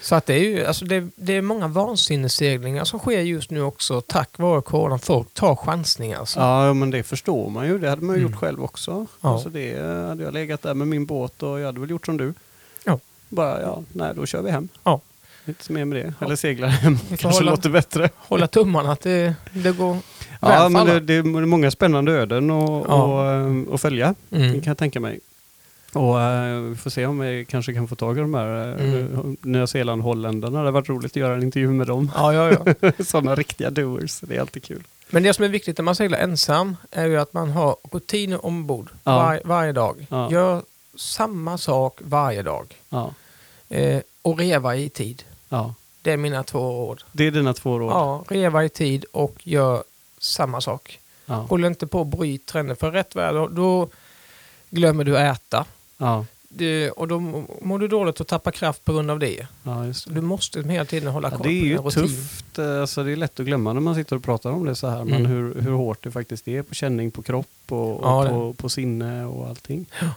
B: Så att det är ju, alltså det, det är många vansinnesseglingar som sker just nu också tack vare coronan. Folk tar chansningar. Alltså.
A: Ja, men det förstår man ju. Det hade man ju
B: Mm.
A: gjort själv också.
B: Ja.
A: Alltså det eh, hade jag legat där med min båt och jag hade väl gjort som du.
B: Ja.
A: Bara, ja, nej, då kör vi hem.
B: Ja.
A: Inte mer med det.
B: Ja.
A: Eller seglar hem.
B: får
A: Kanske
B: hålla-
A: låter bättre.
B: Hålla tummarna att det, det går
A: Ja,
B: väl för
A: men det,
B: alla.
A: det är många spännande öden och,
B: Ja.
A: och, eh, och följa. Det
B: Mm.
A: kan jag tänka mig. Och eh, vi får se om vi kanske kan få tag i de här eh,
B: Mm.
A: Nya Zeeland-holländarna. Det har varit roligt att göra en intervju med dem.
B: Ja, ja, ja.
A: Sådana riktiga doers. Det är alltid kul.
B: Men det som är viktigt när man seglar ensam är ju att man har rutiner ombord
A: Ja.
B: var, varje dag.
A: Ja.
B: Gör samma sak varje dag.
A: Ja.
B: Eh, och reva i tid.
A: ja.
B: Det är mina två råd.
A: Det är dina två råd.
B: Ja, reva i tid och gör samma sak.
A: Ja.
B: Håll inte på och bryt trenden. För rätt värld, då glömmer du äta.
A: Ja.
B: Det, och då mår du dåligt och tappar kraft på grund av det.
A: Ja, just
B: Så
A: det.
B: du måste liksom hela tiden hålla
A: Ja,
B: koll
A: det är ju
B: på din rutin.
A: tufft. eh, Alltså, det är lätt att glömma när man sitter och pratar om det så här. Men
B: Mm.
A: hur, hur hårt det faktiskt är på känning, på kropp och, och
B: Ja, det.
A: på, på sinne och allting. Ja.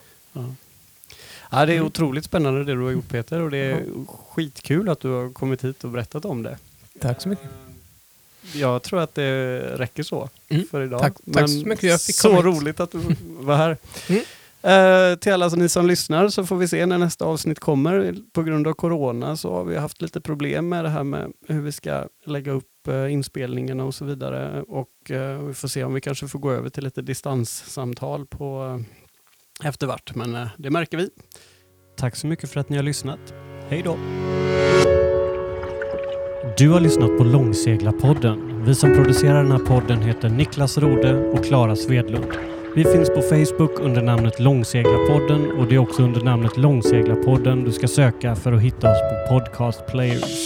A: Ja, det är
B: Mm.
A: otroligt spännande det du har gjort Peter och det är skitkul att du har kommit hit och berättat om det.
B: Tack så mycket.
A: Jag tror att det räcker så
B: Mm.
A: för idag.
B: Tack- tack så mycket, jag fick
A: Så
B: komma hit.
A: roligt att du var här.
B: Mm.
A: Eh, till alla ni som lyssnar så får vi se när nästa avsnitt kommer. På grund av corona så har vi haft lite problem med det här med hur vi ska lägga upp eh, inspelningarna och så vidare. Och eh, vi får se om vi kanske får gå över till lite distanssamtal på eh, efter vart. Men eh, det märker vi. Tack så mycket för att ni har lyssnat. Hej då!
C: Du har lyssnat på Långseglarpodden. Vi som producerar den här podden heter Niklas Rode och Klara Svedlund. Vi finns på Facebook under namnet Långseglarpodden och det är också under namnet Långseglarpodden du ska söka för att hitta oss på Podcast Players.